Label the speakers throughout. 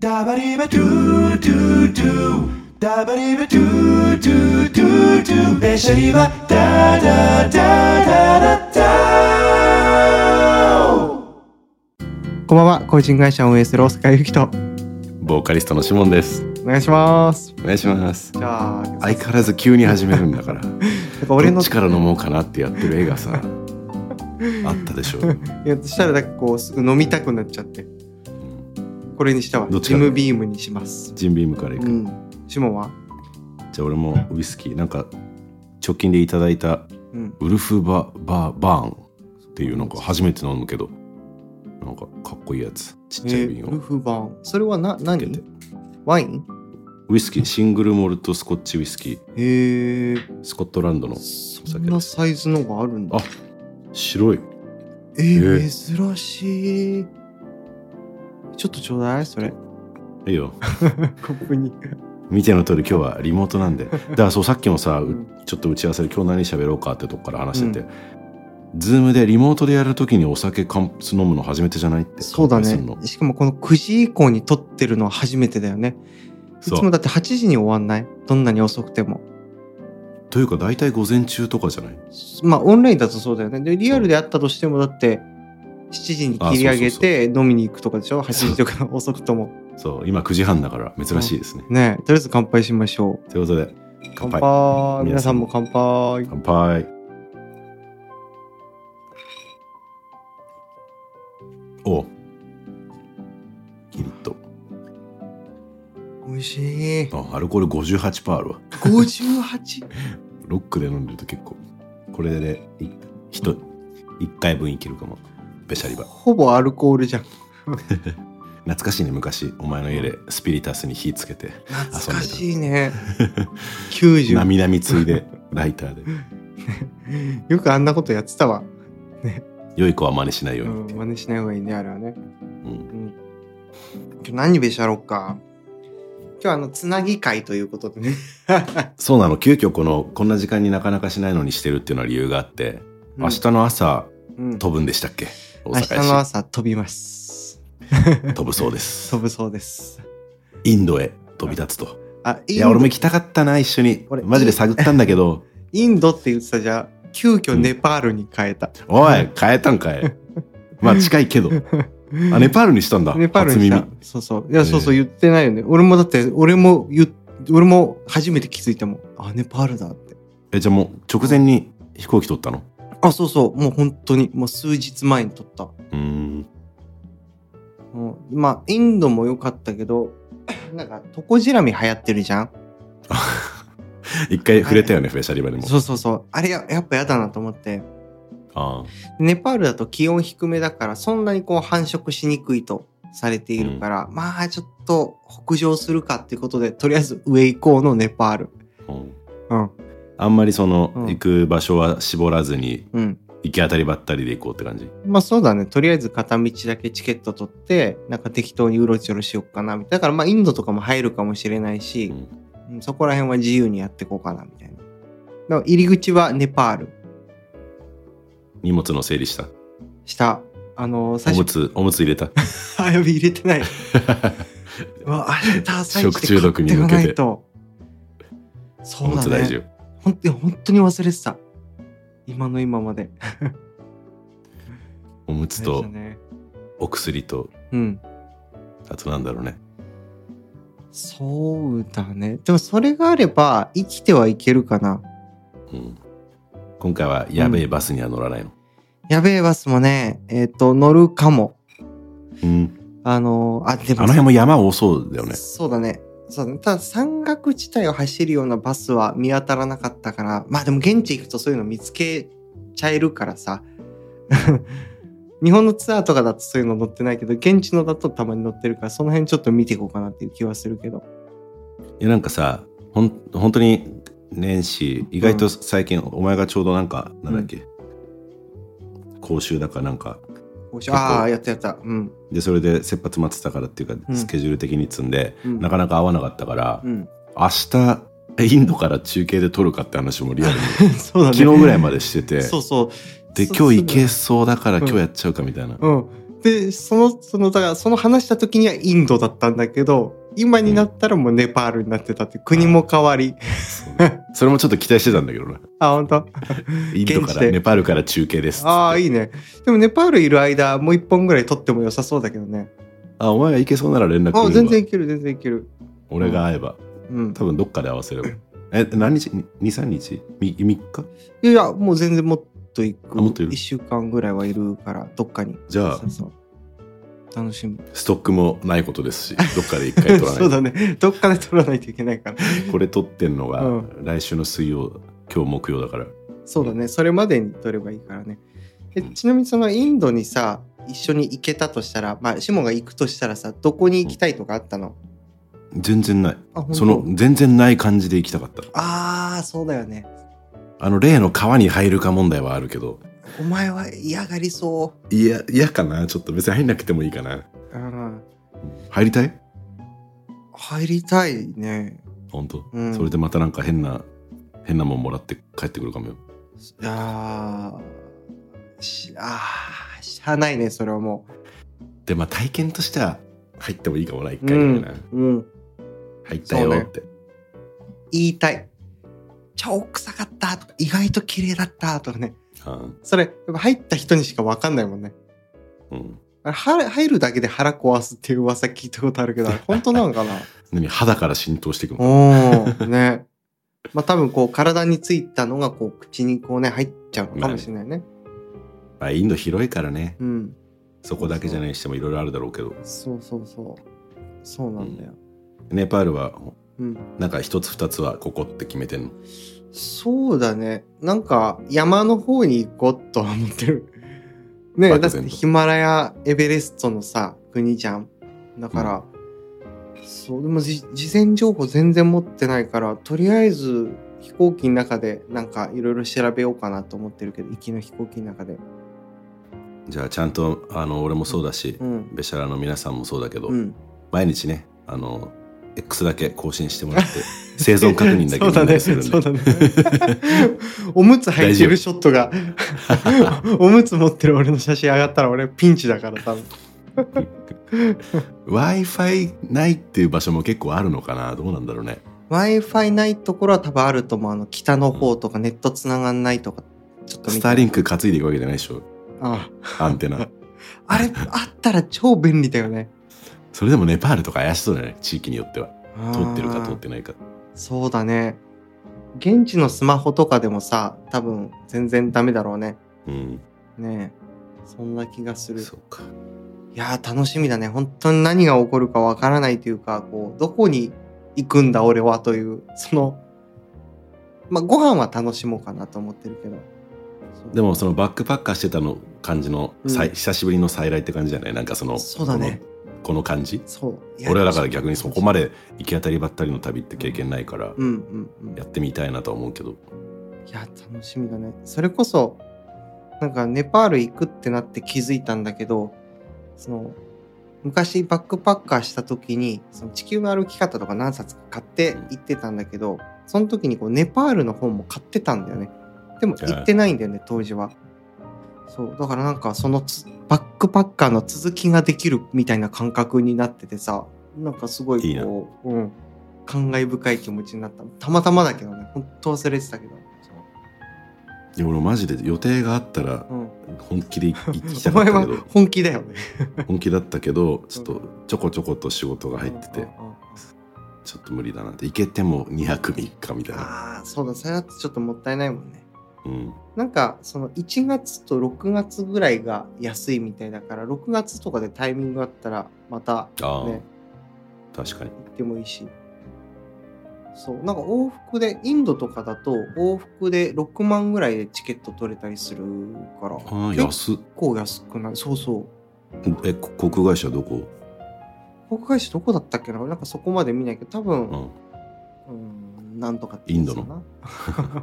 Speaker 1: ダバリバドゥドゥドゥダバリバドゥドゥドゥドゥベシャリバダダダダダダ
Speaker 2: こんばんは、個人会社を運営する大阪ゆきと。
Speaker 3: ボーカリストのシモンです。
Speaker 2: お願いします。
Speaker 3: お願いします。
Speaker 2: じゃあ、
Speaker 3: 相変わらず急に始めるんだ から、
Speaker 2: なんか俺
Speaker 3: 俺
Speaker 2: の
Speaker 3: の、力飲もうかなってやってる絵がさ、あったでしょ。
Speaker 2: いやしたらなんかこう、すぐ飲みたくなっちゃって。これにしたわ。
Speaker 3: どっち
Speaker 2: ジ
Speaker 3: から
Speaker 2: ムビームにします。
Speaker 3: ジンビームからいうく。
Speaker 2: ん。シモンは
Speaker 3: じゃあ俺もウイスキー、なんか直近でいただいた
Speaker 2: うん。
Speaker 3: ウルフバババーンっていうなんか初めて飲むけど、なんかかっこいいやつ。ちっ
Speaker 2: え
Speaker 3: ちゃい
Speaker 2: ー
Speaker 3: 瓶
Speaker 2: ウル
Speaker 3: を。
Speaker 2: フバーン。それはな、
Speaker 3: つけて
Speaker 2: 何ワイン
Speaker 3: ウイスキー、シングルモルトスコッチウイスキ
Speaker 2: へえ
Speaker 3: ー、
Speaker 2: ー。
Speaker 3: スコットランドの
Speaker 2: そんなサイズのがあるんだ。
Speaker 3: あ白い。
Speaker 2: えー、
Speaker 3: え
Speaker 2: 珍しい。ちょっとちょうだいそ れ。
Speaker 3: いいよ。
Speaker 2: コップに。
Speaker 3: 見ての通り今日はリモートなんでだからそうさっきもさ、う
Speaker 2: うん
Speaker 3: ちょっと打ち合わせで今日何喋ろうかってとこから話してて、ズームでリモートでやるときにお酒乾飲むの初めてじゃないって
Speaker 2: そうだ
Speaker 3: 乾杯
Speaker 2: ね
Speaker 3: するの。
Speaker 2: しかもこの9時以降に撮ってるのは初めてだよね。い
Speaker 3: そう
Speaker 2: つもだって8時に終わんないどんなに遅くても。
Speaker 3: というか大体午前中とかじゃない
Speaker 2: まあオンラインだとそうだよね。で、リアルであったとしてもだって7時に切り上げ
Speaker 3: あそう
Speaker 2: て飲みに行くとかでしょ ?8 時とか遅くとも。
Speaker 3: そう今9時半だから珍しいですね、
Speaker 2: ねえとりあえず乾杯しましょう。
Speaker 3: ということで乾
Speaker 2: 乾
Speaker 3: 杯
Speaker 2: 杯皆さんも乾杯。
Speaker 3: 乾杯おうキリッと
Speaker 2: 美味しい。
Speaker 3: あアルコール58%あるわ
Speaker 2: 58?
Speaker 3: ロックで飲んでると結構これでい人1回分いけるかもべしゃりば
Speaker 2: ほぼアルコールじゃん。
Speaker 3: 懐かしいね昔お前の家でスピリタスに火つけて
Speaker 2: 懐かしいね。90。
Speaker 3: なみついでライタ ーで
Speaker 2: よくあんなことやってたわ。
Speaker 3: 良い子は真似しないよ
Speaker 2: う
Speaker 3: うにっ
Speaker 2: ん、
Speaker 3: ていう、
Speaker 2: 真似しない方がいいね、あれはね。
Speaker 3: うん
Speaker 2: 今日何べしゃろうか。今日はあの、つなぎ会ということでね。
Speaker 3: そうなの急遽このこんな時間になかなかしないのにしてるっていうのは理由があって、明日の朝
Speaker 2: うん、
Speaker 3: 飛ぶんでしたっけ大
Speaker 2: 明日の
Speaker 3: 阪
Speaker 2: 朝飛びます。
Speaker 3: 市飛ぶそうで す
Speaker 2: 飛ぶそうです。
Speaker 3: インドへ飛び立つと
Speaker 2: あ、
Speaker 3: い
Speaker 2: イン
Speaker 3: や
Speaker 2: ド
Speaker 3: 俺も行きたかったな一緒に
Speaker 2: 俺
Speaker 3: マジで探ったんだ けど
Speaker 2: インドって言ってたじゃん。急遽
Speaker 3: うん
Speaker 2: ネパールに変えた。
Speaker 3: おい変えたんか いまあ近いけどあネパールにしたんだ
Speaker 2: ネパールにした
Speaker 3: 初。
Speaker 2: そうそう。いや、そうそう、言ってないよね。俺もだって、俺も言っ俺も初めて気づいたもん。あ、ネパールだって。
Speaker 3: えじゃあもう直前に飛行機取ったの
Speaker 2: あ、そうそう。もう本当に、もう数日前に撮った。
Speaker 3: うーん
Speaker 2: もうまあインドも良かったけどなんかトコジラミ流行ってるじゃん
Speaker 3: 一回触れたよね、フェイシャリバにも
Speaker 2: そうそうそうあれややっぱやだなと思って
Speaker 3: ああ
Speaker 2: ネパールだと気温低めだからそんなにこう繁殖しにくいとされているから、まあちょっと北上するかっていうことでとりあえず上以降のネパール
Speaker 3: うん
Speaker 2: うん
Speaker 3: あんまりその、
Speaker 2: うん
Speaker 3: 行く場所は絞らずに
Speaker 2: うん
Speaker 3: 行き当たりばったりで行こうって感じ
Speaker 2: まあそうだねとりあえず片道だけチケット取ってなんか適当にうろちょろしよっかなみたいなだからまあインドとかも入るかもしれないし、うんそこら辺は自由にやっていこうかなみたいなだから入り口はネパール
Speaker 3: 荷物の整理した
Speaker 2: した。あの、
Speaker 3: お
Speaker 2: 最
Speaker 3: む
Speaker 2: 初、
Speaker 3: つおむつ入れた
Speaker 2: あ、やべ、入れて ない。うわ、明日朝一で
Speaker 3: 食中毒に向けて
Speaker 2: 買ってこないと
Speaker 3: お
Speaker 2: そう
Speaker 3: む
Speaker 2: だ
Speaker 3: つ大事
Speaker 2: ね。
Speaker 3: よ
Speaker 2: 本当に、本当に忘れてた。今の今まで。
Speaker 3: おむつと
Speaker 2: 大事だね。
Speaker 3: お薬と
Speaker 2: うん。
Speaker 3: あとなんだろうね
Speaker 2: そうだね。でも、それがあれば、生きてはいけるかな。
Speaker 3: うん今回はやべえバスには乗らないの
Speaker 2: やべえバスもね、えっ、と、乗るかも。
Speaker 3: うん
Speaker 2: あの、あ、でも
Speaker 3: あの辺も山多そうだよね
Speaker 2: そうだね。そうだねただ山岳地帯を走るようなバスは見当たらなかったからまあでも現地行くとそういうの見つけちゃえるからさ 日本のツアーとかだとそういうの乗ってないけど現地のだとたまに乗ってるからその辺ちょっと見ていこうかなっていう気はするけど
Speaker 3: いやなんかさほん本当に年始意外と最近、お前がちょうどなんかなんだっけ、講習だかなんか構
Speaker 2: ああやったやったうん
Speaker 3: でそれで切羽詰まってたからっていうか、
Speaker 2: うん
Speaker 3: スケジュール的に積んで、
Speaker 2: うん
Speaker 3: なかなか合わなかったから、
Speaker 2: うん
Speaker 3: 明日インドから中継で撮るかって話もリアルに
Speaker 2: そうだね
Speaker 3: 昨日ぐらいまでしてて
Speaker 2: そうそう
Speaker 3: で
Speaker 2: そ
Speaker 3: 今日行
Speaker 2: そ
Speaker 3: けそうだから
Speaker 2: うん
Speaker 3: 今日やっちゃうかみたいな、
Speaker 2: うだうんで、その、その、だから、その話した時にはインドだったんだけど、今になったらもうネパールになってたって、国も変わり。
Speaker 3: そうねそれもちょっと期待してたんだけどな。
Speaker 2: あ、本当。
Speaker 3: インド
Speaker 2: 現
Speaker 3: か
Speaker 2: 地
Speaker 3: ら、
Speaker 2: で
Speaker 3: ネパールから中継ですっつって。
Speaker 2: ああ、いいね。でも、ネパールいる間、もう一本ぐらい取っても良さそうだけどね。
Speaker 3: あ、お前が行けそうなら連絡くれれ
Speaker 2: あ
Speaker 3: ば
Speaker 2: 全然いける、全然いける。
Speaker 3: 俺が会えば、
Speaker 2: うん。
Speaker 3: 多分どっかで合わせれば。え、何日 ?2、3日 ?3 日
Speaker 2: いやいや、もう全然もっといく。
Speaker 3: あもっといる
Speaker 2: 1週間ぐらいはいるから、どっかに。
Speaker 3: じゃあ
Speaker 2: そうそう楽しみ。
Speaker 3: ストックもないことです し、どっかで一回取ら
Speaker 2: そう
Speaker 3: な
Speaker 2: だ
Speaker 3: い
Speaker 2: ね。どっかで取らないといけないから。
Speaker 3: と。これ取ってんの
Speaker 2: う
Speaker 3: が、来週の水曜、今日木曜だから。
Speaker 2: そうだね。それまでに取ればいいからね。え
Speaker 3: うん
Speaker 2: ちなみにそのインドにさ、一緒に行けたとしたら、まあ、シモンが行くとしたらさ、どこに行きたいとかあったの、
Speaker 3: 全然ない。
Speaker 2: あ、本当
Speaker 3: その、全然ない感じで行きたかった。
Speaker 2: ああ、そうだよね。
Speaker 3: あの、例の川に入るか問題はあるけど、
Speaker 2: お前は嫌がりそ
Speaker 3: いや、嫌かなちょっと別に入んなくてもいいかな。
Speaker 2: う。うん。
Speaker 3: 入りたい
Speaker 2: 入りたいね。
Speaker 3: 本当、
Speaker 2: うん
Speaker 3: それでまたなんか変な、変なもんもらって帰ってくるかもよ。
Speaker 2: いやーし、あー、しゃあないね、それはも
Speaker 3: で、まあ体験としては入ってもいいかもな、一回ぐらいな。
Speaker 2: う。うん。
Speaker 3: 入ったよって。
Speaker 2: 言いたい。超臭かったとか、意外と綺麗だったとかね。
Speaker 3: うん
Speaker 2: それ、やっぱ入った人にしかわかんないもんね。
Speaker 3: うん。
Speaker 2: あれは入るだけで腹壊すっていう噂聞いたことあるけど、あれ本当なのか な
Speaker 3: 何肌から浸透していくの
Speaker 2: おー、ね。まあ多分こう体についたのがこう口にこうね入っちゃうのかもしれないね。
Speaker 3: まあインド広いからね。
Speaker 2: うん。
Speaker 3: そこだけじゃないにしてもいろいろあるだろうけど。
Speaker 2: そうそうそう。そうなんだよ。
Speaker 3: ネパールは、
Speaker 2: うん。
Speaker 3: なんか一つ二つはここって決めてんの。
Speaker 2: そうだね。なんか山の方に行こうとは思ってる。 ね
Speaker 3: 漠
Speaker 2: だっ
Speaker 3: 然と
Speaker 2: てヒマラヤ、エベレストのさ、国じゃん。だから、そう、でもじ事前情報全然持ってないから、とりあえず飛行機の中でなんかいろいろ調べようかなと思ってるけど、行きの飛行機の中で。
Speaker 3: じゃあちゃんと、あの、俺もそうだし、
Speaker 2: うん。
Speaker 3: ベシャラの皆さんもそうだけど、
Speaker 2: うん。
Speaker 3: 毎日ね、あの、X だけ更新してもらって、生存確認だけみんなでするんで。
Speaker 2: そうだね。そうだね おむつ履いてるショット が、おむつ持ってる俺の写真上がったら俺ピンチだから多分。
Speaker 3: Wi-Fi ないっていう場所も結構あるのかなどうなんだろうね。
Speaker 2: Wi-Fi ないところは多分あると思う。あの、北の方とかネット繋がんないとか、ちょっと
Speaker 3: ス
Speaker 2: 見
Speaker 3: ター
Speaker 2: た
Speaker 3: リンク担いでいくわけじゃないでしょ。
Speaker 2: あ
Speaker 3: アンテナ。
Speaker 2: ああれ、あったら超便利だよね。
Speaker 3: それでもネパールとか怪しそうだね。地域によっては。 通
Speaker 2: 通
Speaker 3: ってるか通ってないか。
Speaker 2: そうだね。現地のスマホとかでもさ、多分全然ダメだろうね。
Speaker 3: うん。
Speaker 2: ねえ。そんな気がする。
Speaker 3: そうか。
Speaker 2: いやー楽しみだね。本当に何が起こるかわからないというか、こう、どこに行くんだ俺はという、その、まあ、ご飯は楽しもうかなと思ってるけど。そう
Speaker 3: でもそのバックパッカーしてたの感じの、さい
Speaker 2: うん
Speaker 3: 久しぶりの再来って感じじゃないなんかその、
Speaker 2: そうだね
Speaker 3: このこの感じ
Speaker 2: そう。いや
Speaker 3: 俺はだから逆にそこまで行き当たりばったりの旅って経験ないから、
Speaker 2: うんうんうん。い
Speaker 3: やってみたいなとは思うけど。
Speaker 2: や、楽しみだね。それこそ、なんかネパール行くってなって気づいたんだけど、その、昔バックパッカーした時に、その地球の歩き方とか何冊か買って行ってたんだけど、その時にこうネパールの本も買ってたんだよね。でも行ってないんだよね、当時は。そう。だからなんかそのつバックパッカーの続きができるみたいな感覚になっててさ、なんかすごいこう、
Speaker 3: いいな
Speaker 2: うん。感慨深い気持ちになった。たまたまだけどね、本当忘れてたけど。
Speaker 3: いや俺マジで予定があったら
Speaker 2: そううん。
Speaker 3: 本気で行行き
Speaker 2: お
Speaker 3: たかっ
Speaker 2: 前
Speaker 3: た
Speaker 2: は
Speaker 3: けど、
Speaker 2: 本気だよね。
Speaker 3: 本気だったけど、ちょっとちょこちょこと仕事が入ってて。
Speaker 2: うんうんうん
Speaker 3: ちょっと無理だなって行けても2泊3日みたいな、
Speaker 2: ああ、そうだ、それだとちょっともったいないもんね。
Speaker 3: うん、
Speaker 2: なんか、その1月と6月ぐらいが安いみたいだから、6月とかでタイミングがあったら、また
Speaker 3: ああ、
Speaker 2: ね、
Speaker 3: 確かに
Speaker 2: 行ってもいいし。そう、なんか往復で、インドとかだと往復で6万ぐらいでチケット取れたりするから、
Speaker 3: ああ
Speaker 2: 結
Speaker 3: 安っ
Speaker 2: 構安くないそうそう。
Speaker 3: えこ航空会社どこ、
Speaker 2: 航空会社どこだったっけななんかそこまで見ないけど、多分、
Speaker 3: うん、
Speaker 2: うんなんとかって
Speaker 3: インドの
Speaker 2: やつだな。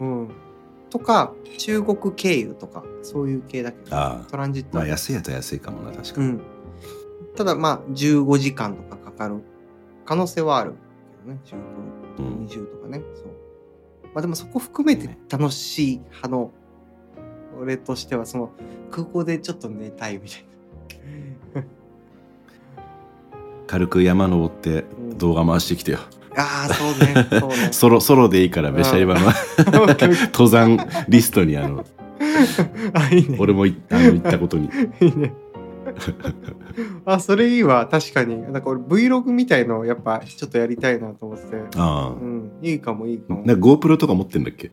Speaker 2: うん。とか、中国経由とか、そういう系だけど、
Speaker 3: ああ
Speaker 2: トランジット。
Speaker 3: まあ安いやつは安いかもな確か
Speaker 2: う
Speaker 3: に、
Speaker 2: ん。ただ、まあ、15時間とかかかる可能性はあるけどね、中
Speaker 3: う
Speaker 2: 国
Speaker 3: ん
Speaker 2: 20とかね、そう。まあ、でもそこ含めて楽しい派の、俺としては、その、空港でちょっと寝たいみたいな。
Speaker 3: 軽く山登って動画回してきてよ。。
Speaker 2: ああ、そうね。そうね
Speaker 3: ソロ、ソロでいいから、べしゃりばの 登山リストに、あの、
Speaker 2: あ、いいね。
Speaker 3: 俺もいあの行ったことに。
Speaker 2: いいね。あ、それいいわ。確かに。なんか俺 Vlog みたいのをやっぱちょっとやりたいなと思ってて。
Speaker 3: あ
Speaker 2: う
Speaker 3: あ。
Speaker 2: ん。いいかもいいかも。
Speaker 3: なんか GoPro とか持ってんだっけ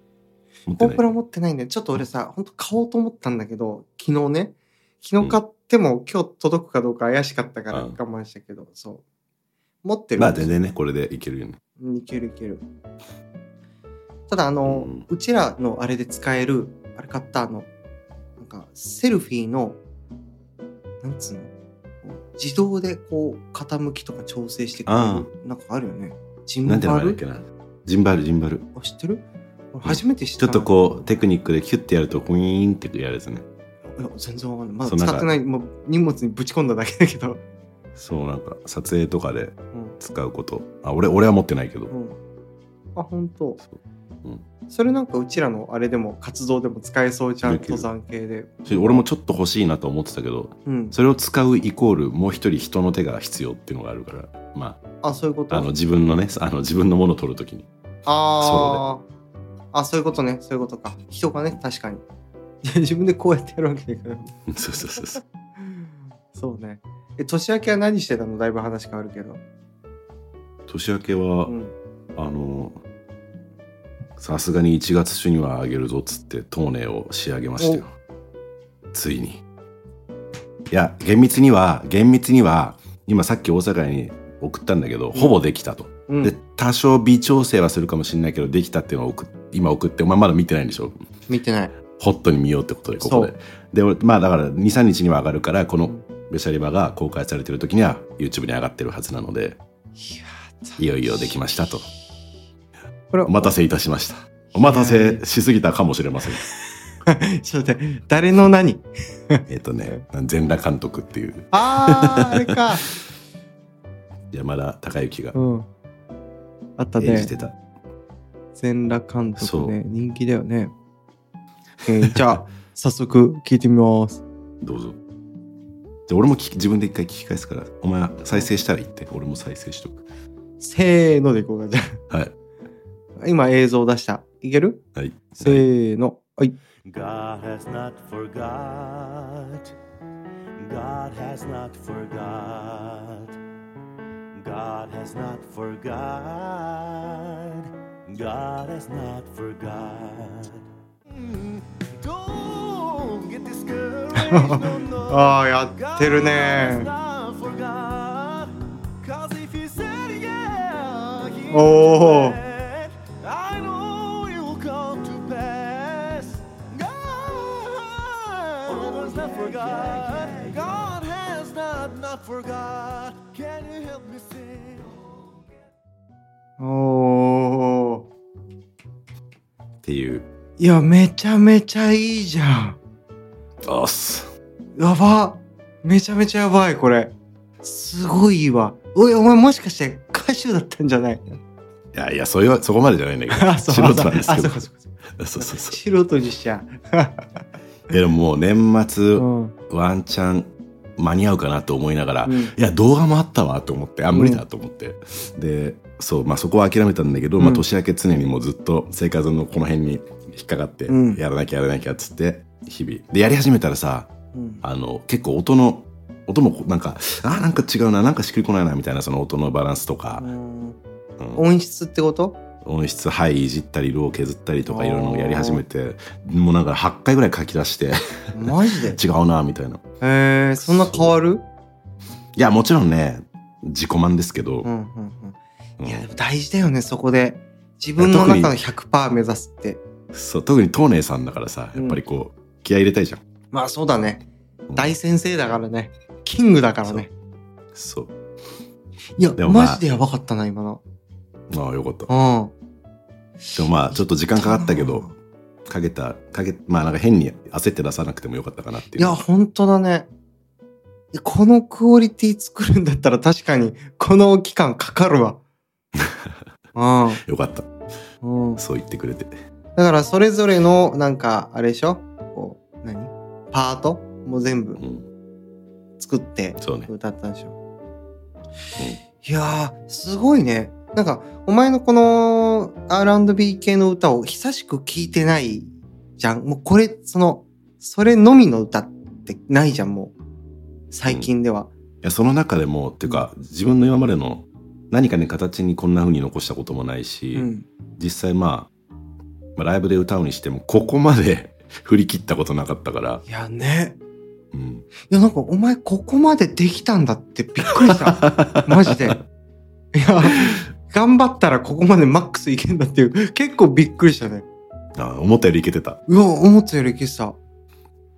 Speaker 3: 持っ
Speaker 2: コ
Speaker 3: てな
Speaker 2: ン
Speaker 3: い
Speaker 2: プ。ラ持ってないんで、ちょっと俺さ、ほんと買おうと思ったんだけど、昨日ね、昨日買っても、今日届くかどうか怪しかったから
Speaker 3: う
Speaker 2: 我
Speaker 3: ん
Speaker 2: 慢したけど、そう。持ってる。
Speaker 3: まあ全然ね、これでいけるよね。
Speaker 2: うんいけるいける。ただ、あの、
Speaker 3: うん
Speaker 2: うちらのあれで使える、あれ買った、あの、なんか、セルフィーの、なんつうのこう自動でこう、傾きとか調整してくれ
Speaker 3: あ
Speaker 2: る、なんかあるよね。ジン
Speaker 3: な
Speaker 2: バ
Speaker 3: んて名前だっ
Speaker 2: ル
Speaker 3: けな。ジンバル、ジンバル。
Speaker 2: あ、知ってる俺初めて知っ
Speaker 3: ち
Speaker 2: た
Speaker 3: ょっ
Speaker 2: な。
Speaker 3: とこう、テクニックでキュッてやると、コイーンってやるやつね。
Speaker 2: いや全然わかんない。ま
Speaker 3: そ
Speaker 2: だ
Speaker 3: うなんか
Speaker 2: 使ってない。もう荷物にぶち込んだだけだけど。
Speaker 3: そう、なんか、撮影とか
Speaker 2: う
Speaker 3: で
Speaker 2: ん。
Speaker 3: 使うこと。あ、俺、俺は持ってないけ
Speaker 2: う。
Speaker 3: ど
Speaker 2: ん。あ、本当。
Speaker 3: ううん
Speaker 2: それなんかうちらのあれでも活動でも使えそうじゃん。
Speaker 3: できる
Speaker 2: 登山系で。
Speaker 3: し俺もちょっと欲しいなと思ってたけど、
Speaker 2: うん。
Speaker 3: それを使うイコール、もう一人人の手が必要っていうのがあるから、ま
Speaker 2: あ、そういうこと
Speaker 3: あ、あの、自分のね、あの、自分のものを撮るときに。
Speaker 2: あーあ、そういうことね。そういうことか。人がね、確かに。自分でこうやってやるわけだから。
Speaker 3: そうそうそうそう。
Speaker 2: そうね。え、年明けは何してたのだいぶ話変わるけど。
Speaker 3: 年明けは、
Speaker 2: うん。
Speaker 3: あの、さすがに1月中にはあげるぞっつって、トーネを仕上げましたよ。ついに。いや、厳密には、厳密には、今さっき大阪に送ったんだけど、ほぼできたと。
Speaker 2: うん
Speaker 3: で、多少微調整はするかもしれないけど、できたっていうのを送っ今送って、お前まだ見てないんでしょ
Speaker 2: 見てない。
Speaker 3: ホットに見ようってことで、ここで。で、俺まあだから2、3日には上がるから、こ
Speaker 2: う
Speaker 3: の
Speaker 2: ん
Speaker 3: ベシャリバが公開されてる時には YouTube に上がってるはずなので、いよいよできましたと。
Speaker 2: これ
Speaker 3: お待たせいたしました。お待たせしすぎたかもしれませ ん。
Speaker 2: ちょっと待って、誰の何
Speaker 3: えっとね、全裸監督っていう
Speaker 2: ああ、あれ か。
Speaker 3: 山田孝之が
Speaker 2: うん。あった
Speaker 3: 演じ
Speaker 2: ね。
Speaker 3: てた。
Speaker 2: 全裸監督
Speaker 3: そう
Speaker 2: ね。人気だよね。えーじゃ あ、早速聞いてみます。
Speaker 3: どうぞ。じゃあ俺も聞き自分で一回聞き返すから、お前再生したら言って、俺も再生しとく。
Speaker 2: せーのでいこうか。じゃ
Speaker 3: はい。
Speaker 2: あ、今映像出した。いける
Speaker 3: はい。
Speaker 2: せーの。はい。
Speaker 4: God has not forgot. God has not forgot. God has not forgot. God has not forgot. Mm, Don't get discouraged. No, no.
Speaker 2: ああ、やってる
Speaker 4: God has
Speaker 2: ね。
Speaker 4: not forgot. 'Cause if he said yeah, he will
Speaker 2: Oh.
Speaker 4: do it. I know it will come to pass. God has not forgot. God has not not forgot. Can you help me sing?
Speaker 2: おー。
Speaker 3: っていう。
Speaker 2: いや、めちゃめちゃいいじゃん。
Speaker 3: あっす。
Speaker 2: やば。めちゃめちゃやばい、これ。すごいいいわ。おい、お前もしかして歌手だったんじゃ ない
Speaker 3: いやいや、それはそこまでじゃないんだけど、素人なんで す
Speaker 2: あ、
Speaker 3: け
Speaker 2: そう。
Speaker 3: ど
Speaker 2: かそうかそうか。
Speaker 3: そうそうそ
Speaker 2: 素人にしちゃ
Speaker 3: う。いやでももう年
Speaker 2: う。
Speaker 3: 末、
Speaker 2: うん。
Speaker 3: ワンチャン間に合うかなと思いながら、
Speaker 2: う
Speaker 3: い
Speaker 2: ん
Speaker 3: や、動画もあったわと思って、あ、
Speaker 2: うん
Speaker 3: 無理だと思って。で、そう、まあそこは諦めたんだけど、
Speaker 2: うん
Speaker 3: まあ年明け常にもうずっと生活のこの辺に引っかかって
Speaker 2: うん、
Speaker 3: やらなきゃやらなきゃっつって、日々。で、やり始めたらさ、
Speaker 2: うん
Speaker 3: あの、結構音の、音もこうなんか、あ、なんか違うな、なんかしっくりこないな、みたいな、その音のバランスとか、うん
Speaker 2: 音質ってこと
Speaker 3: 音質範囲いじったり色を削ったりとかいろいろやり始めてもうなんか8回ぐらい書き出して
Speaker 2: マジで
Speaker 3: 違うなみたいな
Speaker 2: へえそんな変わる
Speaker 3: いやもちろんね自己満ですけ
Speaker 2: う
Speaker 3: ど、
Speaker 2: んうん
Speaker 3: う
Speaker 2: うんんいやでも大事だよねそこで自分の中の100%目指すって
Speaker 3: そう特に東寧さんだからさやっぱりこう、気合い入れたいじゃん
Speaker 2: まあそうだね
Speaker 3: うん
Speaker 2: 大先生だからねキングだからね
Speaker 3: そう
Speaker 2: いや、
Speaker 3: でもまあ
Speaker 2: マジでやばかったな今の
Speaker 3: まあよかった
Speaker 2: う
Speaker 3: でもまあちょっと時間かかったけどかけたかけまあなんか変に焦って出さなくてもよかったかなって
Speaker 2: ん
Speaker 3: い
Speaker 2: いうや本当だねいやこのクオリティ作るんだったら確かにこの期間かか るわ
Speaker 3: よかった
Speaker 2: うんうん
Speaker 3: そう言ってくれて
Speaker 2: だからそれぞれのなんかあれでしょこう何パートもう全部
Speaker 3: うん
Speaker 2: 作って
Speaker 3: そうね
Speaker 2: 歌ったんでしょ。いやー、すごいね。なんか、お前のこの R&B 系の歌を久しく聴いてないじゃん。もうこれ、その、それのみの歌ってないじゃん、もう。最近では。
Speaker 3: いやその中でもっていうか自分の今までの何かね形にこんな風に残したこともないし、
Speaker 2: うん。
Speaker 3: 実際、まあ、まあライブで歌うにしてもここまで 振り切ったことなかったから、
Speaker 2: いやね。
Speaker 3: うん、
Speaker 2: いや、なんか、お前ここまでできたんだってびっくり した。マジで。いや、頑張ったらここまでマックスいけんだっていう、結構びっくりしたね。
Speaker 3: あ思ったよりいけてた
Speaker 2: うわ、思ったよりいけてた。
Speaker 3: い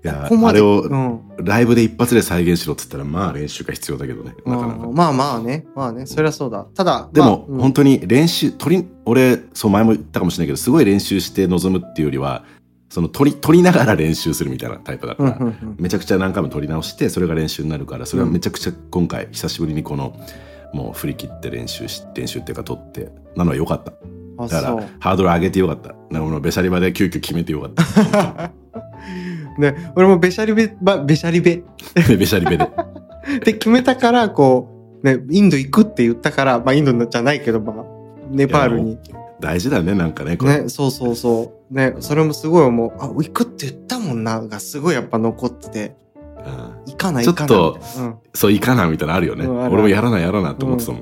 Speaker 3: や
Speaker 2: ここま
Speaker 3: あ
Speaker 2: で
Speaker 3: れを
Speaker 2: うん。
Speaker 3: ライブで一発で再現しろっつったらまあ練習が必要だけどねなかなか
Speaker 2: あーまあまあね。まあね。そりゃそうだ。ただ、
Speaker 3: でも、
Speaker 2: まあうん
Speaker 3: 本当に練習取り俺そう前も言ったかもしれないけどすごい練習して臨むっていうよりはその取り取りながら練習するみたいなタイプだか
Speaker 2: うん
Speaker 3: ら、
Speaker 2: うんうん
Speaker 3: めちゃくちゃ何回も撮り直してそれが練習になるからそれはめちゃくちゃ今回久しぶりにこのもう振り切って練習し練習っていうか撮ってなのは良かった
Speaker 2: あ
Speaker 3: だ
Speaker 2: そ
Speaker 3: か
Speaker 2: う
Speaker 3: らハードル上げて良かったなんかもうべしゃり場で急遽決めて良かった
Speaker 2: ね、俺もべしゃりべ、ば、べしゃりべっ
Speaker 3: べしゃりべで
Speaker 2: て決めたから、こう、ね、インド行くって言ったから、まあインドじゃないけど、まあ、ネパールに。
Speaker 3: 大事だよねなんかねこれ
Speaker 2: ね、そうそうそう。ね、それもすごい思う。あ、行くって言ったもんな、がすごいやっぱ残ってて、
Speaker 3: うん
Speaker 2: 行かない
Speaker 3: ち
Speaker 2: 行
Speaker 3: ょっ
Speaker 2: か
Speaker 3: と
Speaker 2: ないみたいな。うん
Speaker 3: そういかなみたいなのあるよね、
Speaker 2: うんあるある
Speaker 3: 俺もやらないやらないと思ってたも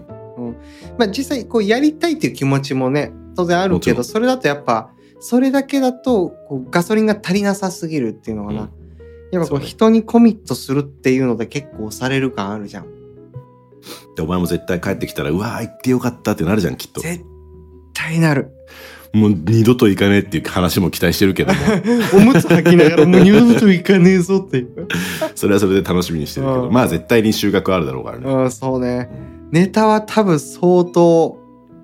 Speaker 3: ん、
Speaker 2: まあ実際こうやりたいっていう気持ちもね当然あるけど
Speaker 3: もちろん
Speaker 2: それだとやっぱそれだけだとこうガソリンが足りなさすぎるっていうのかな、
Speaker 3: うん
Speaker 2: やっぱ
Speaker 3: そ
Speaker 2: こう
Speaker 3: うね
Speaker 2: 人にコミットするっていうので結構押される感あるじゃん
Speaker 3: でお前も絶対帰ってきたらうわー行ってよかったってなるじゃんきっと
Speaker 2: 絶対なる
Speaker 3: もう二度と行かねえっていう話も期待してるけども
Speaker 2: おむつ履きながらもう二度と行かねえぞっていう
Speaker 3: それはそれで楽しみにしてるけど、
Speaker 2: うん
Speaker 3: まあ絶対に収穫あるだろうからね、
Speaker 2: うんそうね
Speaker 3: う
Speaker 2: ネタは多分相当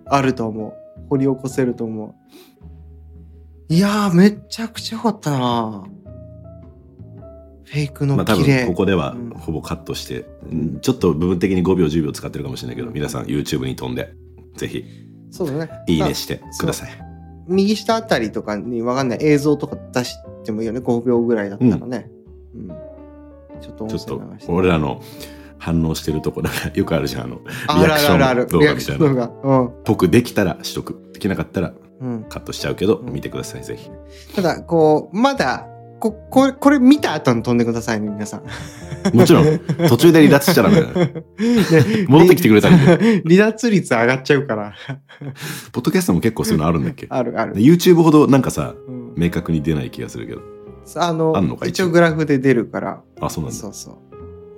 Speaker 2: あると思う掘り起こせると思ういやーめっちゃくちゃ良かったなフェイク
Speaker 3: ま
Speaker 2: の
Speaker 3: あ、多
Speaker 2: 綺
Speaker 3: 分
Speaker 2: 麗、
Speaker 3: ここでは
Speaker 2: うん
Speaker 3: ほぼカットして、うんちょっと部分的に5秒10秒使ってるかもしれないけど皆さん YouTube に飛んでぜひ
Speaker 2: そうだね
Speaker 3: いい
Speaker 2: まあ
Speaker 3: ねしてください
Speaker 2: 右下あたりとかにわかんない映像とか出してもいいよね5秒ぐらいだったらね、うんちょっと音
Speaker 3: ちょっと
Speaker 2: 声流して
Speaker 3: 俺らの反応してるとこなんかよくあるじゃんあの
Speaker 2: あるあるあるある
Speaker 3: リアクション動画みたい
Speaker 2: リア
Speaker 3: な
Speaker 2: クション動画
Speaker 3: 僕できたらしとくできなかったら
Speaker 2: うん、うん、
Speaker 3: カットしちゃうけど
Speaker 2: うん
Speaker 3: 見てくださいぜひ
Speaker 2: ただこうまだここれこれ見た後に飛んでくださいね皆 さん
Speaker 3: もちろん途中で離脱しちゃダメだ ね
Speaker 2: ね
Speaker 3: 戻ってきてくれたらいいんだ
Speaker 2: 離脱率上がっちゃうから
Speaker 3: ポッドキャストも結構そういうのあるんだっけ
Speaker 2: あるある、
Speaker 3: YouTube ほどなんかさ
Speaker 2: うん
Speaker 3: 明確に出ない気がするけど
Speaker 2: あの
Speaker 3: あんのか
Speaker 2: 一
Speaker 3: 一応
Speaker 2: 応グラフで出るから
Speaker 3: あそうなんだ
Speaker 2: そうそ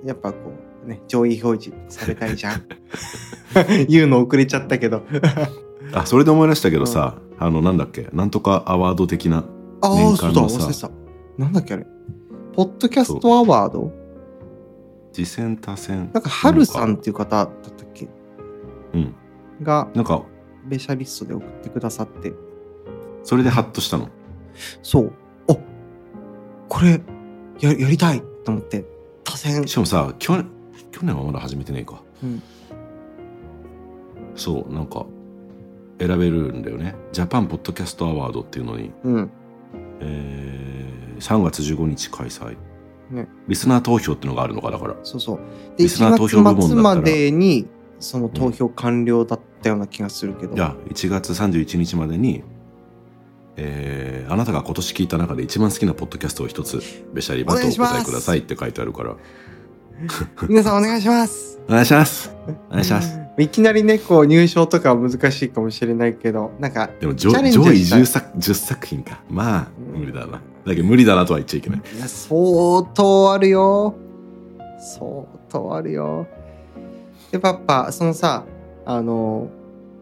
Speaker 2: う。やっぱこう、ね、上位表示されたいじゃん。 言うの遅れちゃったけど。
Speaker 3: あそれで思い出したけどさ、あのなんだっけなんとかアワード的な
Speaker 2: ああ、
Speaker 3: 年
Speaker 2: そう
Speaker 3: 間
Speaker 2: だ、
Speaker 3: の
Speaker 2: 忘
Speaker 3: さ
Speaker 2: れてた。なんだっけあれ。ポッドキャストアワード
Speaker 3: 次戦多戦
Speaker 2: なんか、はるさんっていう方だったっけ
Speaker 3: うん
Speaker 2: が、
Speaker 3: なんか
Speaker 2: ベシャリストで送ってくださって。
Speaker 3: それでハッとしたの
Speaker 2: そう。おこれ、ややりたいと思って。多選
Speaker 3: し。かもさ去年去年はまだ始めてねえか、
Speaker 2: うん
Speaker 3: そうなんか選べるんだよねジャパンポッドキャストアワードっていうのに、
Speaker 2: うん。
Speaker 3: えー3月15日開催、
Speaker 2: ね
Speaker 3: リスナー投票っていうのがあるのかだから
Speaker 2: そうそう。で、
Speaker 3: リスナー投票部門だ
Speaker 2: 1
Speaker 3: っ
Speaker 2: 月
Speaker 3: た
Speaker 2: 末
Speaker 3: ら
Speaker 2: までに、その投票完了だったような気がするけど。
Speaker 3: じゃあ1月31日までにえーあなたが今年聞いた中で一番好きなポッドキャストを一つべしゃりバトをお答えくださいって書いてあるから
Speaker 2: 皆さんお願いします。
Speaker 3: お願いします お願いします
Speaker 2: いきなりね、こう入賞とかは難しいかもしれないけど、なんか、
Speaker 3: でも上
Speaker 2: チャレン
Speaker 3: 上
Speaker 2: ジは
Speaker 3: 位
Speaker 2: したい
Speaker 3: 10, 作10作品かまあ無理だなだけど無理だなとは言っちゃいけない
Speaker 2: いや、相当あるよ。相当あるよ。で、パパ、そのさ、あの、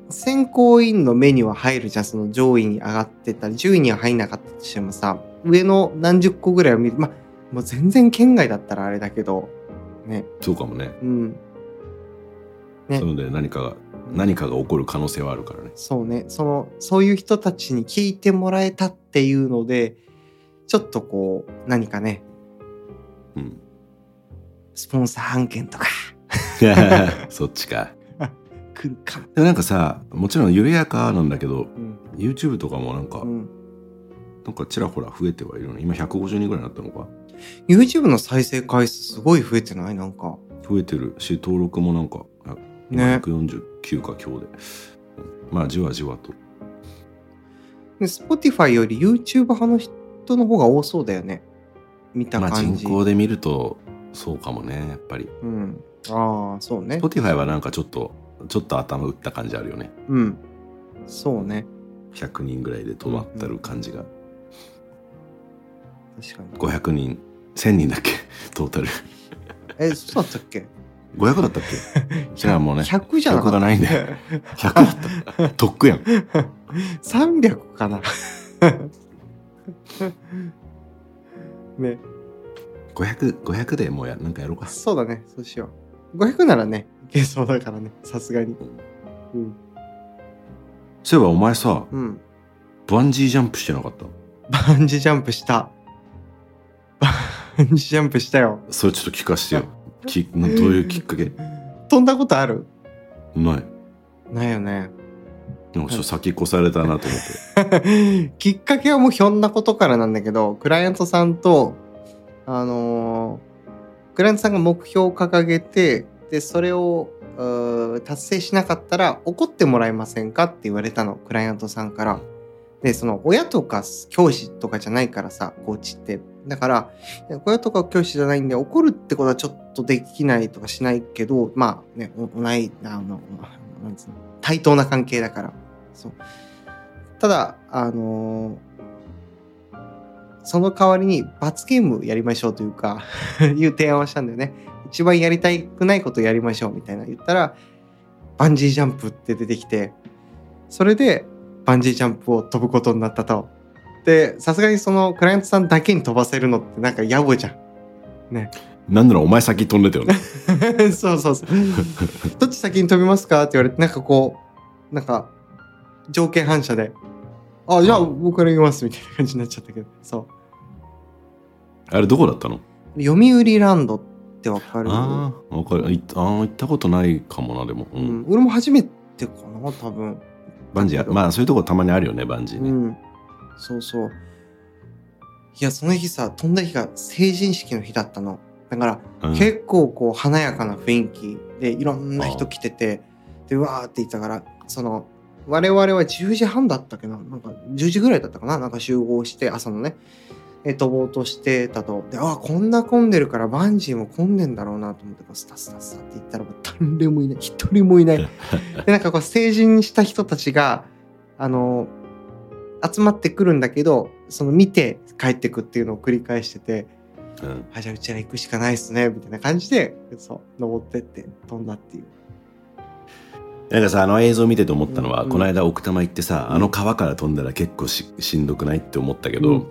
Speaker 2: 選考委員の目には入るじゃん、その上位に上がってたり、10位には入んなかったとしてもさ、上の何十個ぐらいを見る、まあ、もう全然県外だったらあれだけど、ね、
Speaker 3: そうかもね
Speaker 2: うん、ね
Speaker 3: そので何かが何かが起こる可能性はあるからね
Speaker 2: そうねそのそういう人たちに聞いてもらえたっていうのでちょっとこう何かね
Speaker 3: うん
Speaker 2: スポンサー案件とか
Speaker 3: そっちか
Speaker 2: 来るかも、
Speaker 3: でもなんかさもちろん緩やかなんだけど
Speaker 2: うん、
Speaker 3: YouTube とかもなんか、
Speaker 2: うん
Speaker 3: なんかちらほら増えてはいるの今150人ぐらいになったのか
Speaker 2: YouTube の再生回数すごい増えてないなんか。
Speaker 3: 増えてるし登録もなんかあ今
Speaker 2: ね。
Speaker 3: 149か今日で、うんまあじわじわと
Speaker 2: で Spotify より YouTube 派の人の方が多そうだよね。見た
Speaker 3: まあ
Speaker 2: 感
Speaker 3: 人
Speaker 2: じ。
Speaker 3: 口で見るとそうかもねやっぱり
Speaker 2: うん。ああ、そうね。
Speaker 3: Spotify はなんかちょっとちょっと頭打った感じあるよね
Speaker 2: うん。そうね。
Speaker 3: 100人ぐらいで止まってる感じが
Speaker 2: 確かに。
Speaker 3: 500人1000人だっけ トータル
Speaker 2: え、そうだったっけ
Speaker 3: 500だったっけ知らんもうね
Speaker 2: 100じゃなかった
Speaker 3: 100がないん だよ100だ ったとっくやん
Speaker 2: 300かな ね
Speaker 3: 500500でもうやなんかやろうか
Speaker 2: そうだねそうしよう500ならねいけそうだからねさすがにうん、
Speaker 3: そういえばお前さ
Speaker 2: うん、
Speaker 3: バンジージャンプしてなかった
Speaker 2: バンジージャンプした バンジージャンプしたよ
Speaker 3: それちょっと聞かせてよきなどういうきっかけ
Speaker 2: 飛んだことある
Speaker 3: ない
Speaker 2: ないよね
Speaker 3: でもちょっと先越されたなと思って
Speaker 2: きっかけはもうひょんなことからなんだけどクライアントさんとあのークライアントさんが目標を掲げてでそれをうー達成しなかったら怒ってもらえませんかって言われたのクライアントさんから。でその親とか教師とかじゃないからさコーチってだからいや親とか教師じゃないんで怒るってことはちょっとできないとかしないけどまあねお同いあのなんつうの対等な関係だからそうただあのーその代わりに罰ゲームやりましょうというか いう提案をしたんだよね一番やりたくないことをやりましょうみたいな言ったらバンジージャンプって出てきてそれでバンジージャンプを飛ぶことになったとでさすがにそのクライアントさんだけに飛ばせるのってなんか野暮じゃん
Speaker 3: なんならお前先飛んで たよね。
Speaker 2: そうそうそう。どっち先に飛びますかって言われて、なんかこう、なんか、条件反射で、あ、じゃあ僕から言いますみたいな感じになっちゃったけど、 そう。
Speaker 3: あれどこだったの
Speaker 2: 読売ランドってわかる
Speaker 3: ああ、わかる。いあー行ったことないかもな、でも。う
Speaker 2: うんん、俺も初めてかな、多分。
Speaker 3: バンジー、まあそういうとこたまにあるよね、バンジー
Speaker 2: う
Speaker 3: ね。
Speaker 2: ん。そうそう。いや、その日さ、飛んだ日が成人式の日だったの。だから、
Speaker 3: うん
Speaker 2: 結構こう華やかな雰囲気でいろんな人来ててでわーって言ってたからその我々は10時半だったっけななんか10時ぐらいだったかななんか集合して朝のねえー飛ぼうとしてたとでああこんな混んでるからバンジーも混んでんだろうなと思ってこうスタスタスタって言ったらもう誰もいない一人もいない でなんかこう成人した人たちがあの集まってくるんだけどその見て帰ってくっていうのを繰り返してて
Speaker 3: うん
Speaker 2: あ、じゃあうちら行くしかないっすね、みたいな感じで、そう、登ってって飛んだっていう。
Speaker 3: なんかさ、あの映像見てて思ったのは、
Speaker 2: うん
Speaker 3: この間奥多摩行ってさ、あの川から飛んだら結構ししんどくないって思ったけど、
Speaker 2: うん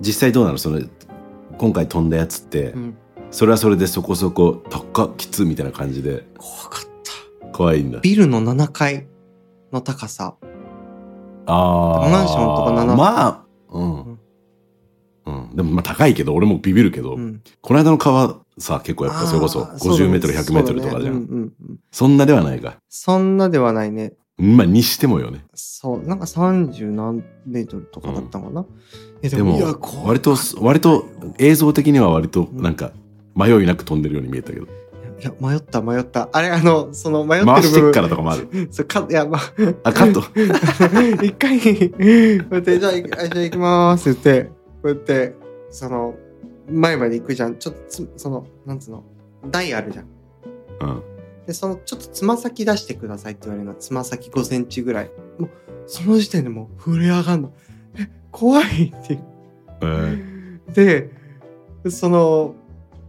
Speaker 3: 実際どうなのその今回飛んだやつって、
Speaker 2: うん。
Speaker 3: それはそれでそこそこ、高っ、きつみたいな感じで
Speaker 2: 怖かった。
Speaker 3: 怖いんだ。
Speaker 2: ビルの7階の高さ。
Speaker 3: ああ。
Speaker 2: マンションとか七
Speaker 3: まあ、うん。うん、でもまあ高いけど、俺もビビるけど、
Speaker 2: うん。
Speaker 3: この間の川さ、結構やっぱそれこそ
Speaker 2: あーうだ
Speaker 3: 50
Speaker 2: ね
Speaker 3: メートル、100メートルとかじ
Speaker 2: そうだね
Speaker 3: ゃん。そ
Speaker 2: うんうんうん。
Speaker 3: んなではないか。
Speaker 2: そんなではないね。
Speaker 3: まあ、にしてもよね。
Speaker 2: そう、なんか30何メートルとかだったのかな。え
Speaker 3: でも
Speaker 2: いや怖、
Speaker 3: 割と、割と、映像的には割と、なんか、迷いなく飛んでるように見えたけど、
Speaker 2: いや、迷った迷った。あれ、あの、その迷ってる部分。
Speaker 3: 回してっからとかもある。
Speaker 2: そうか、いや、まあ、
Speaker 3: あ、カット。
Speaker 2: 一回に、こうやって、じゃあ、いあじゃあ行きますって言って、こうやって、その、前まで行くじゃん。ちょっとつ、その、なんつうの、台あるじゃん。
Speaker 3: うん。
Speaker 2: で、その、ちょっとつま先出してくださいって言われるの。つま先5センチぐらい。もう、その時点でもう震え上がんの。え、怖いっていう。
Speaker 3: えー
Speaker 2: でその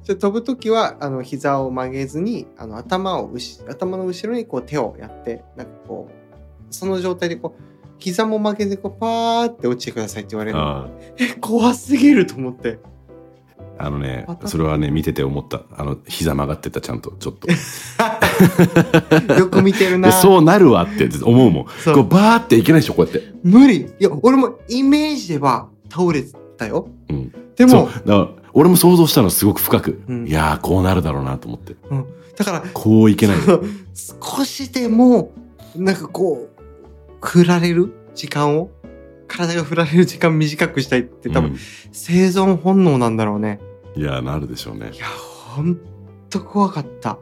Speaker 2: じゃあ飛ぶ時はあの膝を曲げずにあの頭をうし頭の後ろにこう手をやってなんかこうその状態でこう膝も曲げずこうパーって落ちてくださいって言われるの
Speaker 3: あ
Speaker 2: え怖すぎると思って
Speaker 3: ーあのね
Speaker 2: ま、た
Speaker 3: それはね、見てて思った。あの、膝曲がってた、ちゃんと、ちょっ と。
Speaker 2: よく見てるな
Speaker 3: でそうなるわって思うもん。
Speaker 2: そう
Speaker 3: こう、バーっていけないでしょ、こうやって。
Speaker 2: 無理いや俺もイメージでは倒れてたよ
Speaker 3: うん。
Speaker 2: で
Speaker 3: そ
Speaker 2: も
Speaker 3: う。だから、俺も想像したの、すごく深く。
Speaker 2: うん
Speaker 3: いやー、こうなるだろうなと思って。
Speaker 2: だから
Speaker 3: こういけない。
Speaker 2: その少しでもなんかこう振られる時間を考体が振られる時間短くしたいって多分、
Speaker 3: うん
Speaker 2: 生存本能なんだろうね。
Speaker 3: いやなるでしょうね
Speaker 2: いや、ほんと怖かった。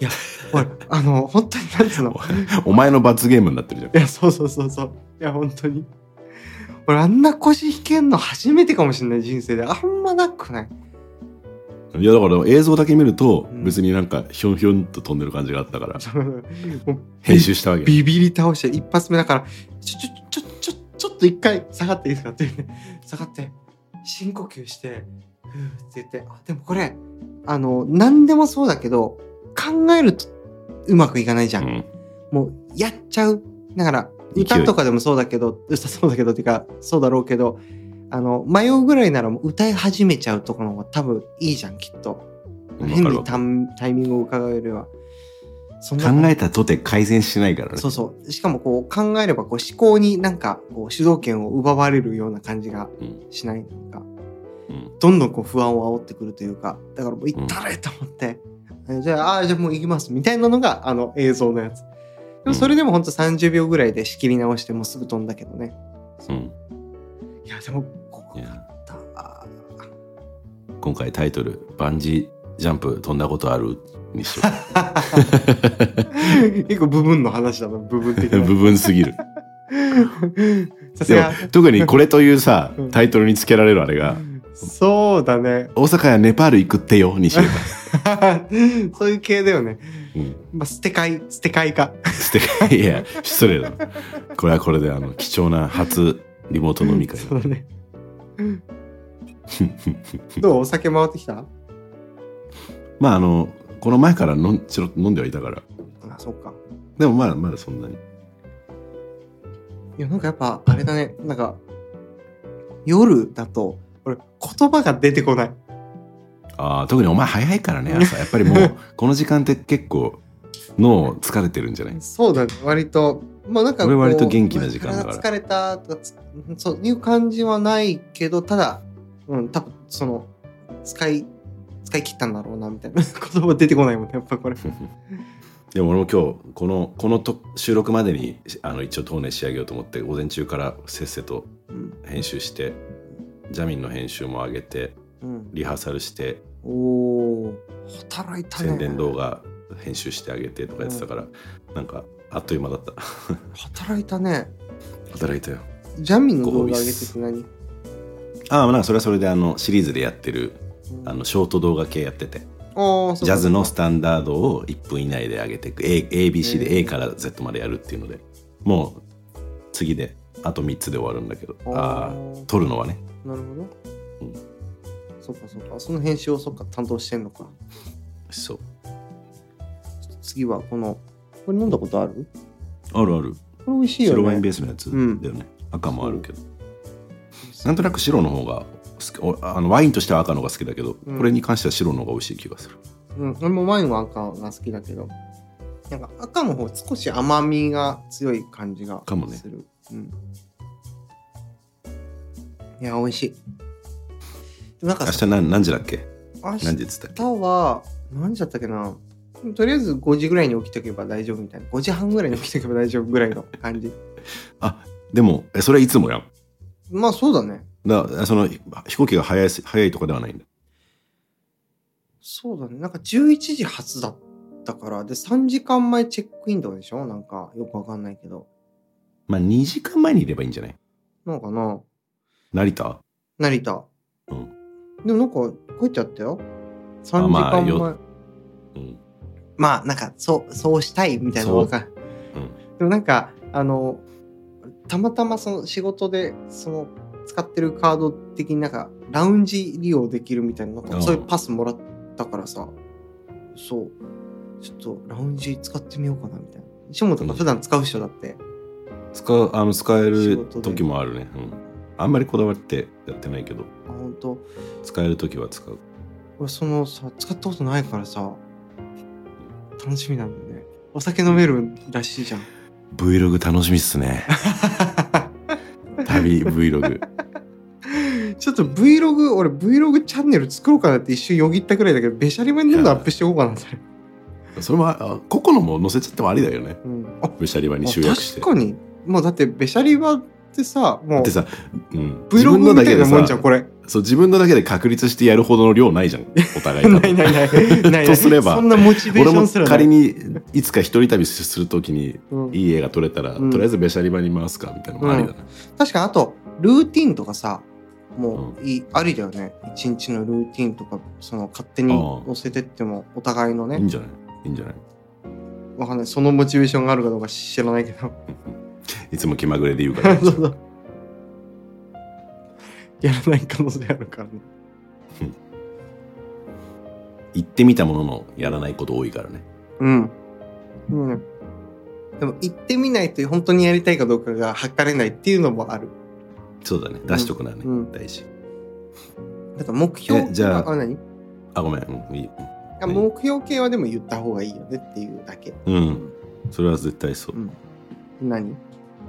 Speaker 2: いや、 ほら、あの、本当になんつうの。
Speaker 3: お前の罰ゲームになってるじゃん
Speaker 2: いや、そうそうそうそう。いや、本当に。俺、あんな腰引けんの初めてかもしれない、人生で。あんまなくない。
Speaker 3: いやだから映像だけ見ると
Speaker 2: うん
Speaker 3: 別になんかひょんひょんと飛んでる感じがあったから
Speaker 2: もう
Speaker 3: 編集したわけ
Speaker 2: ビビり倒して、一発目だから、ちょ、ちょ、ちょ、ちょ、ちょっと一回下がっていいですかって言うね 下がって、深呼吸して、ふーって言って、あ、でもこれ、あの、何でもそうだけど、考えるとうまくいかないじゃん。
Speaker 3: うん
Speaker 2: もう、やっちゃう。だから、
Speaker 3: 勢い
Speaker 2: 歌とかでもそうだけど、歌そうだけどっていうか、そうだろうけど、あの、迷うぐらいならもう歌い始めちゃうとこの方が多分いいじゃん、きっと。
Speaker 3: わ
Speaker 2: 変
Speaker 3: かる
Speaker 2: に
Speaker 3: わ
Speaker 2: タンタイミングを伺うよりは。そんな
Speaker 3: 考えたとて改善しないからね
Speaker 2: そうそう。しかもこう考えればこう思考になんかこう主導権を奪われるような感じが
Speaker 3: うん
Speaker 2: しないなんか、
Speaker 3: うん
Speaker 2: どんどんこう不安を煽ってくるというか、だからもう行ったれと思って、えじゃあ、あーじゃあもう行きますみたいなのがあの映像のやつ。で
Speaker 3: う
Speaker 2: も
Speaker 3: ん
Speaker 2: それでも本当30秒ぐらいで仕切り直してもうすぐ飛んだけどね。
Speaker 3: うん
Speaker 2: いや、でもここ
Speaker 3: い
Speaker 2: だ
Speaker 3: や
Speaker 2: ったわ。
Speaker 3: 今回タイトル「バンジージャンプ飛んだことある?」にしよ
Speaker 2: 結構部分の話だな、部分的
Speaker 3: う 部
Speaker 2: な。
Speaker 3: 分すぎる
Speaker 2: さす
Speaker 3: でも
Speaker 2: が。
Speaker 3: 特にこれというさ
Speaker 2: うん
Speaker 3: タイトルにつけられるあれが
Speaker 2: そうだね。
Speaker 3: 「大阪やネパール行くってよ」にしよ
Speaker 2: そういう系だよね。
Speaker 3: う、うん
Speaker 2: まあ、捨て替え、捨て替えか。
Speaker 3: 素敵いや失礼だなこれはこれであの貴重な初リモート飲み会
Speaker 2: そうだね。どうお酒回ってきた
Speaker 3: まああのこの前から飲んちょろ飲んではいたから
Speaker 2: あ、そうか。
Speaker 3: でもまだまだそんなに
Speaker 2: いや、なんかやっぱ、あれだね。なんか、夜だと、俺、言葉が出てこない。
Speaker 3: ああ特にお前早いからね朝やっぱりもうこの時間って結構脳疲れてるんじ ゃない
Speaker 2: そうだね。割と、まあなんかこう、
Speaker 3: 俺割と元気な時間だから
Speaker 2: 体疲れたとかつ、そういう感じはないけど、ただ、うん、多分その、使い、使い切ったんだろうな、みたいな。 言葉出てこないもんね、やっぱこれ。
Speaker 3: でも俺も今日このこのと収録までにあの一応当年仕上げようと思って午前中からせっせと
Speaker 2: うん。
Speaker 3: 編集してジャミンの編集も上げて
Speaker 2: うん。
Speaker 3: リハーサルして
Speaker 2: おお働いたね
Speaker 3: 宣伝動画編集してあげてとかやってたから、なんかあっという間だった
Speaker 2: 働いたね
Speaker 3: 働いたよ
Speaker 2: ジャミンの動画上げてて何
Speaker 3: ああまあなんかそれはそれであのシリーズでやってるあのショート動画系やってて
Speaker 2: ああそう
Speaker 3: ジャズのスタンダードを1分以内で上げていく A- ABC で A から Z までやるっていうのでもう次であと3つで終わるんだけどあ
Speaker 2: あ
Speaker 3: あ撮るのはね
Speaker 2: ーなるほど、
Speaker 3: うん
Speaker 2: そっかそっかその編集をそっか担当してんのか
Speaker 3: そう
Speaker 2: 次はこのこれ飲んだことある
Speaker 3: あるある
Speaker 2: これ美味しいよね
Speaker 3: 白ワインベースのやつだよ
Speaker 2: うん
Speaker 3: ね赤もあるけどなんとなく白の方が好きおあのワインとしては赤の方が好きだけど
Speaker 2: うん
Speaker 3: これに関しては白の方が美味しい気がする
Speaker 2: うん俺もワインは赤が好きだけどなんか赤の方少し甘みが強い感じが
Speaker 3: かもね
Speaker 2: する、うんいや美味しいでもなんか
Speaker 3: 明日何何時だっけ
Speaker 2: 明日
Speaker 3: 何時っつったっけ
Speaker 2: 朝は何時だったっけなとりあえず5時ぐらいに起きとけば大丈夫みたいな5時半ぐらいに起きとけば大丈夫ぐらいの感じ
Speaker 3: あでもえそれはいつもやん
Speaker 2: まあそうだね
Speaker 3: だからその飛行機が早いす早いとかではないんだ
Speaker 2: そうだねなんか11時発だったからで3時間前チェックインとかでしょなんかよくわかんないけど
Speaker 3: まあ2時間前にいればいいんじゃない
Speaker 2: なんかな
Speaker 3: 成田
Speaker 2: 成田
Speaker 3: うん
Speaker 2: でもなんか書いてあったよ3時
Speaker 3: まあ
Speaker 2: 間前
Speaker 3: ようん
Speaker 2: まあなんかそうそうしたいみたいなの
Speaker 3: そう
Speaker 2: わかる、
Speaker 3: うん
Speaker 2: でもなんかあのたまたまその仕事でその使ってるカード的になんかラウンジ利用できるみたいななん
Speaker 3: う
Speaker 2: か
Speaker 3: ん
Speaker 2: そういうパスもらったからさ、そうちょっとラウンジ使ってみようかなみたいな石本が普段使う人だって、
Speaker 3: 使うあの使え
Speaker 2: 仕
Speaker 3: る
Speaker 2: 事で
Speaker 3: 時もあるね、うん、あんまりこだわってやってないけど
Speaker 2: あ本当
Speaker 3: 使える時は使う
Speaker 2: 俺そのさ使ったことないからさ楽しみなんだよねお酒飲めるらしいじゃん
Speaker 3: Vlog 楽しみっすね旅 Vlog
Speaker 2: ちょっと Vlog、俺 Vlog チャンネル作ろうかなって一瞬よぎったくらいだけど、べしゃりめにどんどんアップしていこうかな、それ。
Speaker 3: それもあ個々のも載せちゃってもありだよね
Speaker 2: うん。あ、
Speaker 3: ブシャリバに集約して
Speaker 2: 確かに。もうだって、べしゃりはってさ、もう
Speaker 3: で、さ、うん、自
Speaker 2: Vlog
Speaker 3: 分のだ
Speaker 2: みた
Speaker 3: け
Speaker 2: い
Speaker 3: で
Speaker 2: なもん
Speaker 3: さ
Speaker 2: じゃん、これ。
Speaker 3: そう自分のだけで確立してやるほどの量ないじゃんお互い多分
Speaker 2: ないないない。ないない
Speaker 3: とすれば
Speaker 2: そんなモチベー
Speaker 3: 俺
Speaker 2: ショ
Speaker 3: も
Speaker 2: ンすらない。
Speaker 3: 仮にいつか一人旅するときに
Speaker 2: うん
Speaker 3: いい映画撮れたら、
Speaker 2: うん
Speaker 3: とりあえずべしゃり場に回すかみたいなのもありだな、
Speaker 2: 確かにあとルーティンとかさもういい、ありだよね一日のルーティンとかその勝手に載せてってもお互いの
Speaker 3: い
Speaker 2: ね
Speaker 3: いんじゃないいいんじゃない
Speaker 2: わかんないそのモチベーションがあるかどうか知らないけ ど
Speaker 3: いつも気まぐれで 言うから
Speaker 2: そうそうやらない可能性あるからね
Speaker 3: 行ってみたもののやらないこと多いからね
Speaker 2: うん、うん、でも行ってみないと本当にやりたいかどうかが測れないっていうのもある
Speaker 3: そうだね出しとくのはね、
Speaker 2: うん
Speaker 3: 大事
Speaker 2: だから目標
Speaker 3: えじゃあ
Speaker 2: あ何い
Speaker 3: あごめん、うん、いい
Speaker 2: や
Speaker 3: はい
Speaker 2: 目標系はでも言った方がいいよねっていうだけ
Speaker 3: うんそれは絶対そう、
Speaker 2: うん何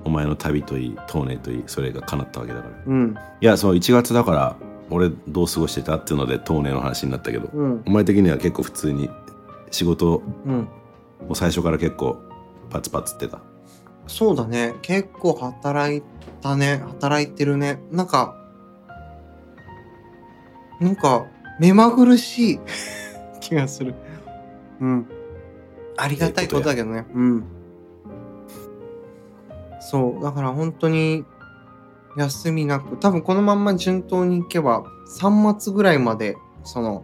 Speaker 3: お前の旅といいトーネといいそれが叶ったわけだから
Speaker 2: うん
Speaker 3: いやそう1月だから俺どう過ごしてたっていうのでトーネの話になったけど
Speaker 2: うん
Speaker 3: お前的には結構普通に仕事
Speaker 2: うん
Speaker 3: もう最初から結構パツパツってた
Speaker 2: そうだね。結構働いたね。働いてるね。なんか、なんか、目まぐるしい 気がする。うん。ありがたいことだけどね。うん。そう。だから本当に、休みなく、多分このまんま順当に行けば、3末ぐらいまで、その、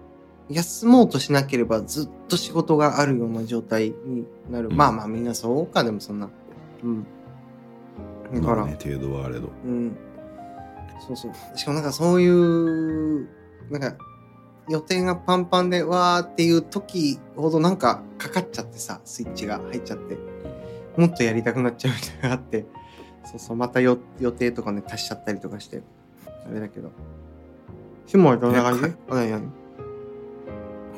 Speaker 2: 休もうとしなければずっと仕事があるような状態になる。
Speaker 3: うん
Speaker 2: まあまあみんなそうか、でもそんな。うん。だから、
Speaker 3: まあね、程度はあれど
Speaker 2: うん。そうそう。しかもなんかそういう、なんか、予定がパンパンで、わーっていう時ほどなんかかかっちゃってさ、スイッチが入っちゃって、もっとやりたくなっちゃうみたいなのがあって、 そうそう、またよ予定とかね、足しちゃったりとかして、あれだけど。シモはどんな感じ
Speaker 3: え
Speaker 2: あ、なになに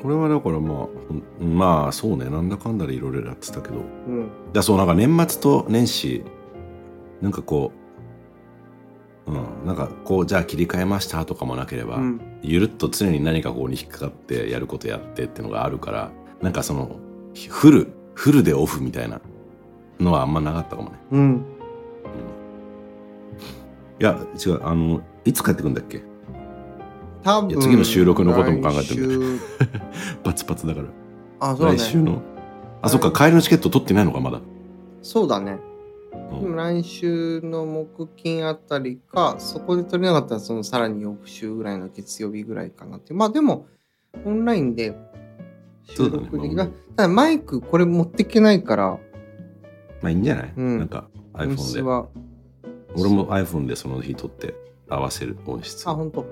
Speaker 3: これはだからまあほんまあそうねなんだかんだでいろいろやってたけどい
Speaker 2: うん。
Speaker 3: やそうなんか年末と年始なんかこううんなんかこうじゃあ切り替えましたとかもなければ、
Speaker 2: うん。
Speaker 3: ゆるっと常に何かここに引っかかってやることやってってのがあるからなんかそのフルフルでオフみたいなのはあんまなかったかもね
Speaker 2: うん。
Speaker 3: いや違うあのいつ帰ってくんだっけ
Speaker 2: 多
Speaker 3: い
Speaker 2: 分
Speaker 3: や次の収録のことも考えてる
Speaker 2: 来週
Speaker 3: パツパツだから
Speaker 2: あ、そう
Speaker 3: 来
Speaker 2: だ
Speaker 3: 週
Speaker 2: ね。
Speaker 3: のあそっか帰りのチケット取ってないのかまだ、
Speaker 2: そうだね。
Speaker 3: うん
Speaker 2: でも来週の木金あたりか、そこで取れなかったら、そのさらに翌週ぐらいの月曜日ぐらいかなって。まあでも、オンラインで収録でき
Speaker 3: そう
Speaker 2: る。
Speaker 3: だ
Speaker 2: た
Speaker 3: ね
Speaker 2: だマイクこれ持ってけないから、
Speaker 3: まあいいんじゃない、
Speaker 2: うん
Speaker 3: なんか
Speaker 2: 音
Speaker 3: iPhone
Speaker 2: 質
Speaker 3: で
Speaker 2: は。
Speaker 3: 俺も iPhone でその日撮って合わせる音質
Speaker 2: あ、ほんと。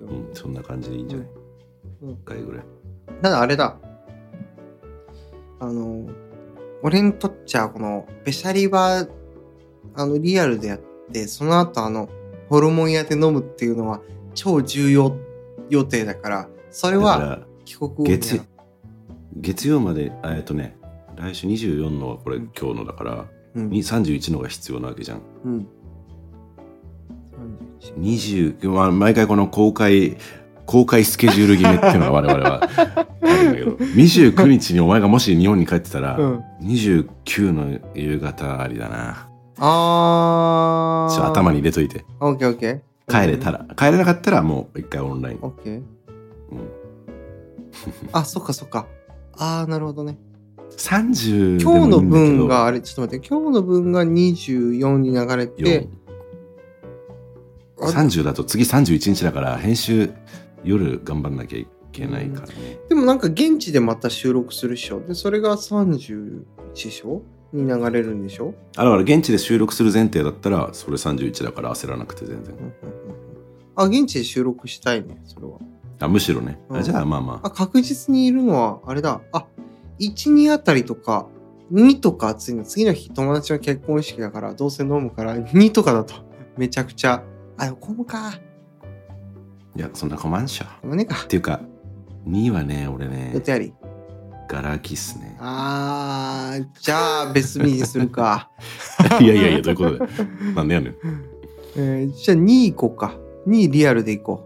Speaker 3: うん、そんな感じでいいんじゃない、
Speaker 2: うん
Speaker 3: 一回ぐらい
Speaker 2: ただあれだ。あの、俺にとっちゃ、この、べしゃりは、あの、リアルでやって、その後あの、ホルモン屋で飲むっていうのは、超重要予定だから、それ
Speaker 3: だ
Speaker 2: は
Speaker 3: から
Speaker 2: 帰国後にやる
Speaker 3: 月月曜まであえっとね来週24のはこれ、
Speaker 2: うん
Speaker 3: 今日のだから
Speaker 2: うん
Speaker 3: に31のが必要なわけじゃん
Speaker 2: うん。
Speaker 3: 20、まあ、毎回この公開公開スケジュール決めっていうのは我々は あるんだけど29日にお前がもし日本に帰ってたら、
Speaker 2: うん
Speaker 3: 29の夕方ありだな
Speaker 2: あ
Speaker 3: ち
Speaker 2: ー。
Speaker 3: ょっと頭に入れといて
Speaker 2: オッケーオッケー。
Speaker 3: 帰れたら帰れなかったらもう一回オンライン
Speaker 2: オッケー。
Speaker 3: うん
Speaker 2: あ、そっかそっか。あー、なるほどね。
Speaker 3: 30
Speaker 2: 今日の分
Speaker 3: で
Speaker 2: が、あれ、ちょっと待って、今日の分が24に流れ
Speaker 3: もいいんだ
Speaker 2: て
Speaker 3: け、どよん30だと次31日だから編集夜頑張んなきゃいけないからね、
Speaker 2: でもなんか現地でまた収録するっしょ。で、それが31でしょに流れるんでしょ
Speaker 3: あだから現地で収録する前提だったらそれ31だから焦らなくて全然
Speaker 2: うんうんうんうんあ、現地で収録したいね、それは。
Speaker 3: あむしろね、あ
Speaker 2: うん
Speaker 3: じゃあまあまあ
Speaker 2: あ、確実にいるのは、あれだ。あ、1、2あたりとか、2とか暑いの。次の日、友達の結婚式だから、どうせ飲むから、2とかだと、めちゃくちゃ。あ、でも混むか。
Speaker 3: いやそんな困んっしょっ
Speaker 2: ごめんねか。
Speaker 3: ていうか2はね俺
Speaker 2: 予
Speaker 3: ね
Speaker 2: 定あり。
Speaker 3: ガラ空きっすね
Speaker 2: あー、じゃあ、別日にするか。
Speaker 3: いやいやいやどういうことだよなんでやねん
Speaker 2: えーじゃあ、2行こうか。2リアルで行こ